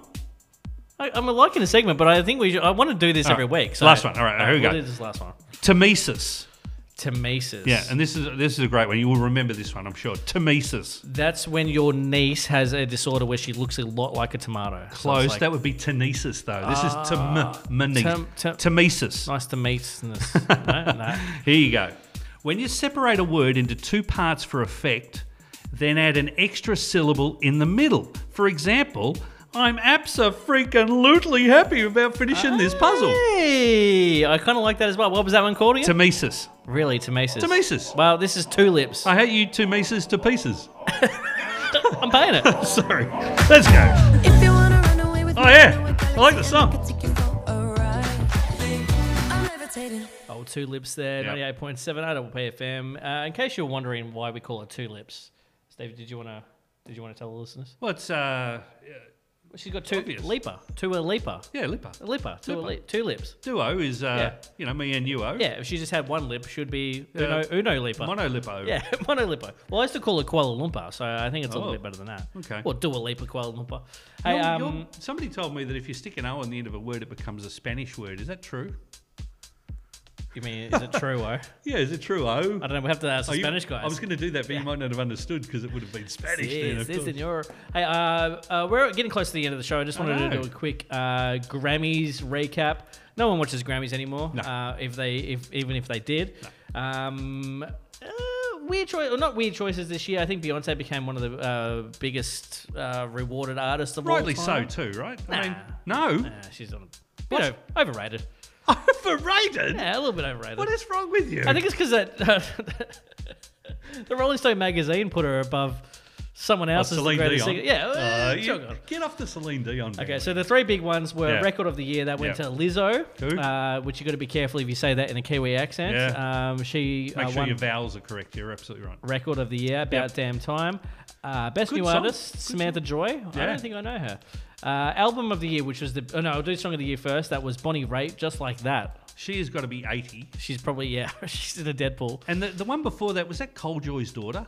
S1: I, I'm liking the segment, but I think we should, I want to do this
S2: All
S1: every
S2: right,
S1: week. So
S2: last one. All right, here we
S1: we'll
S2: go.
S1: do this last one.
S2: Temesis.
S1: Temesis.
S2: Yeah, and this is this is a great one. You will remember this one, I'm sure. Temesis.
S1: That's when your niece has a disorder where she looks a lot like a tomato. So
S2: Close.
S1: it's like,
S2: that would be tenesis, though. This is tem-
S1: Tem- tem-
S2: temesis.
S1: nice to meet. No, no.
S2: Here you go. When you separate a word into two parts for effect, then add an extra syllable in the middle. For example, I'm abso-freaking-lutely happy about finishing this puzzle.
S1: Ah. Hey, I kind of like that as well. What was that one called again?
S2: Temesis.
S1: really, Temesis.
S2: Temesis.
S1: Well, this is two lips.
S2: I hate you temesis to pieces.
S1: I'm paying it.
S2: Sorry. Let's go.
S8: If you wanna run away with
S2: Oh, yeah. I like the song.
S8: Take you for a ride. I'm levitating.
S1: Oh, two lips there.
S2: Yep.
S1: Ninety-eight point seven double PFM. Uh, in case you're wondering why we call it two lips, Steve, did you want to? Did you want to tell the listeners?
S2: What's, uh,
S1: She's got two
S2: Obvious.
S1: leaper, two a leaper,
S2: yeah, Lipper.
S1: a leaper, two a
S2: Leaper.
S1: li- two lips.
S2: Duo is, uh,
S1: Yeah.
S2: you know, me and uo.
S1: Yeah, if she just had one lip, she'd be uno,
S2: Yeah.
S1: uno leaper.
S2: Monolipo.
S1: Yeah, Monolipo. Well, I used to call it Kuala Lumpur, so I think it's a little
S2: Oh,
S1: bit better than that.
S2: okay.
S1: Or Dua Lipa Kuala Lumpur. Hey,
S2: You're-
S1: um,
S2: you're- somebody told me that if you stick an O on the end of a word, it becomes a Spanish word. Is that true?
S1: you mean is it true? Oh, I
S2: Yeah, is it true? O.
S1: don't know. We have to ask
S2: Oh,
S1: the
S2: you-
S1: Spanish guys.
S2: I was going to do that, but you might not have understood because it would have been Spanish. then,
S1: Yes,
S2: of
S1: yes,
S2: course.
S1: senor. Hey, uh, uh, we're getting close to the end of the show. I just
S2: I
S1: wanted to
S2: know.
S1: do a quick uh, Grammys recap. No one watches Grammys anymore.
S2: No.
S1: Uh, if they, if even if they did, um, uh, weird choice, well, not weird choices this year. I think Beyonce became one of the uh, biggest uh, rewarded artists of
S2: Rightly
S1: all
S2: so,
S1: time.
S2: too, right? I mean, no.
S1: Nah, she's on a bit of, overrated.
S2: Overrated?
S1: Yeah, a little bit overrated.
S2: What is wrong with you?
S1: I think it's because that the Rolling Stone magazine put her above someone else is the
S2: Oh, Celine
S1: greatest
S2: Dion.
S1: singer. Yeah,
S2: Uh,
S1: uh,
S2: you-
S1: sure, God.
S2: get off the Celine Dion.
S1: Okay,
S2: bandwagon.
S1: so the three big ones were
S2: Yeah.
S1: record of the year that went
S2: Yeah.
S1: to Lizzo,
S2: Who?
S1: uh, which you got to be careful if you say that in a Kiwi accent.
S2: Yeah.
S1: Um, she
S2: make
S1: uh,
S2: sure
S1: won
S2: your vowels are correct. You're absolutely right.
S1: record of the year, About
S2: Yep.
S1: Damn Time. Uh, best
S2: Good
S1: new
S2: song.
S1: artist,
S2: Good
S1: Samantha Joy. I
S2: Yeah.
S1: don't think I know her. Uh, album of the year, which was the oh no, I'll do song of the year first. That was Bonnie Raitt, just like that.
S2: She has got to be 80.
S1: She's probably yeah, she's in a Deadpool.
S2: And the, the one before that was that Colejoy's daughter.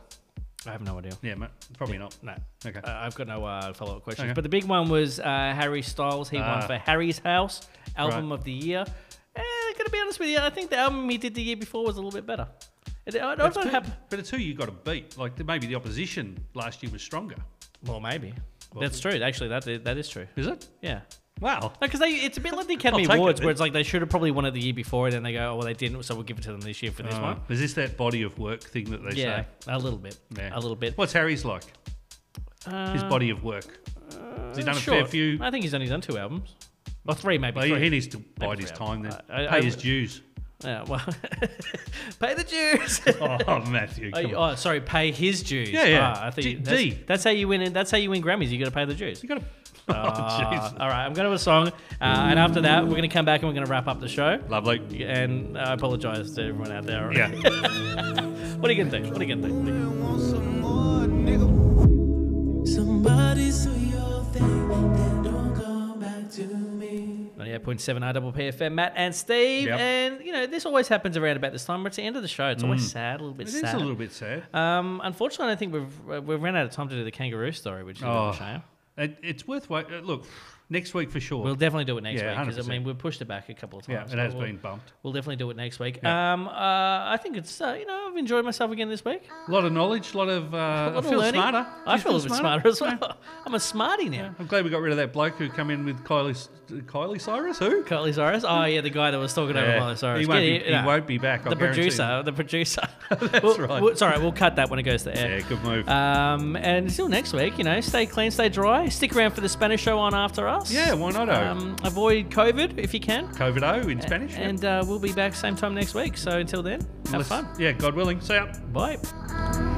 S1: I have no idea.
S2: Yeah, ma- probably not.
S1: No.
S2: Okay.
S1: Uh, I've got no uh, follow up questions.
S2: Okay.
S1: But the big one was uh, Harry Styles. He won
S2: Ah.
S1: for Harry's House, album
S2: Right.
S1: of the year. Eh, gonna be honest with you, I think the album he did the year before was a little bit better. It- I don't
S2: It's who-
S1: have-
S2: but it's who you got to beat. Like maybe the opposition last year was stronger.
S1: Well, maybe. That's true. Actually, that i- that is true.
S2: Is it?
S1: Yeah.
S2: Wow.
S1: No, because they it's a bit like the Academy
S2: take it
S1: Awards, where
S2: then.
S1: it's like they should have probably won it the year before, and then they go, oh well, they didn't, so we'll give it to them this year for this
S2: Uh,
S1: one.
S2: Is this that body of work thing that they
S1: Yeah,
S2: say?
S1: a little bit.
S2: Yeah.
S1: A little bit.
S2: What's Harry's like? His body of work. Has he done a fair
S1: Uh, Sure.
S2: few?
S1: I think he's only done two albums. Or three, maybe.
S2: Well,
S1: three.
S2: he he needs to bide his
S1: three
S2: time then.
S1: hours. I- I-
S2: Pay his dues.
S1: Yeah, well, pay the dues.
S2: Oh, Matthew.
S1: Oh,
S2: Come
S1: you-
S2: on.
S1: oh, sorry, pay his dues.
S2: Yeah, yeah.
S1: Ah, I think
S2: D-
S1: you- that's,
S2: D.
S1: that's how you win. That's how you win Grammys. You got to pay the dues.
S2: You got to.
S1: Ah,
S2: Oh, Jesus.
S1: all right, I'm going to have a song, uh, and after that, we're going to come back and we're going to wrap up the show.
S2: Lovely.
S1: And I apologise to everyone out there.
S2: Yeah.
S1: What are you going to do? What are you going to do?
S5: want some more, nigga. Somebody say your thing, then don't come back to me.
S1: 98.7 RPPFM, Matt and Steve.
S2: Yep.
S1: And, you know, this always happens around about this time. We're at the end of the show. It's always sad, a little bit
S2: Mm. It
S1: sad.
S2: is a little bit sad.
S1: Um, unfortunately, I don't think we've uh, we've run out of time to do the kangaroo story, which is a bit of
S2: Oh.
S1: a shame.
S2: It, it's worth wait. uh, Look, next week for sure.
S1: We'll definitely do it next
S2: Yeah,
S1: week because I
S2: 100%.
S1: mean we've pushed it back a couple of
S2: yeah,
S1: times.
S2: it
S1: but
S2: has
S1: we'll,
S2: been bumped.
S1: We'll definitely do it next week.
S2: Yeah.
S1: Um, uh, I think it's uh, you know I've enjoyed myself again this week.
S2: A lot of knowledge, a lot of.
S1: A
S2: Uh,
S1: lot
S2: I
S1: of
S2: feel
S1: learning.
S2: smarter.
S1: I
S2: You
S1: feel a little bit smarter as well. I'm a smarty now.
S2: I'm glad we got rid of that bloke who come in with Kylie, S- Kylie Cyrus. Who?
S1: Kylie Cyrus. Oh yeah, the guy that was talking over
S2: Yeah.
S1: Kylie Cyrus.
S2: He won't,
S1: Yeah,
S2: be,
S1: yeah,
S2: he
S1: no.
S2: won't be back. I
S1: The
S2: guarantee you.
S1: producer. The producer.
S2: That's
S1: We'll-
S2: right.
S1: we'll- sorry, we'll cut that when it goes to air.
S2: Yeah, good move.
S1: Um, and until next week, you know, stay clean, stay dry. Stick around for the Spanish show on after us.
S2: yeah, why not?
S1: Um, avoid COVID if you can.
S2: COVID O in Spanish. yeah.
S1: And uh, we'll be back same time next week. So until then, have
S2: Let's-
S1: fun.
S2: Yeah, God willing. See ya.
S1: Bye.
S7: I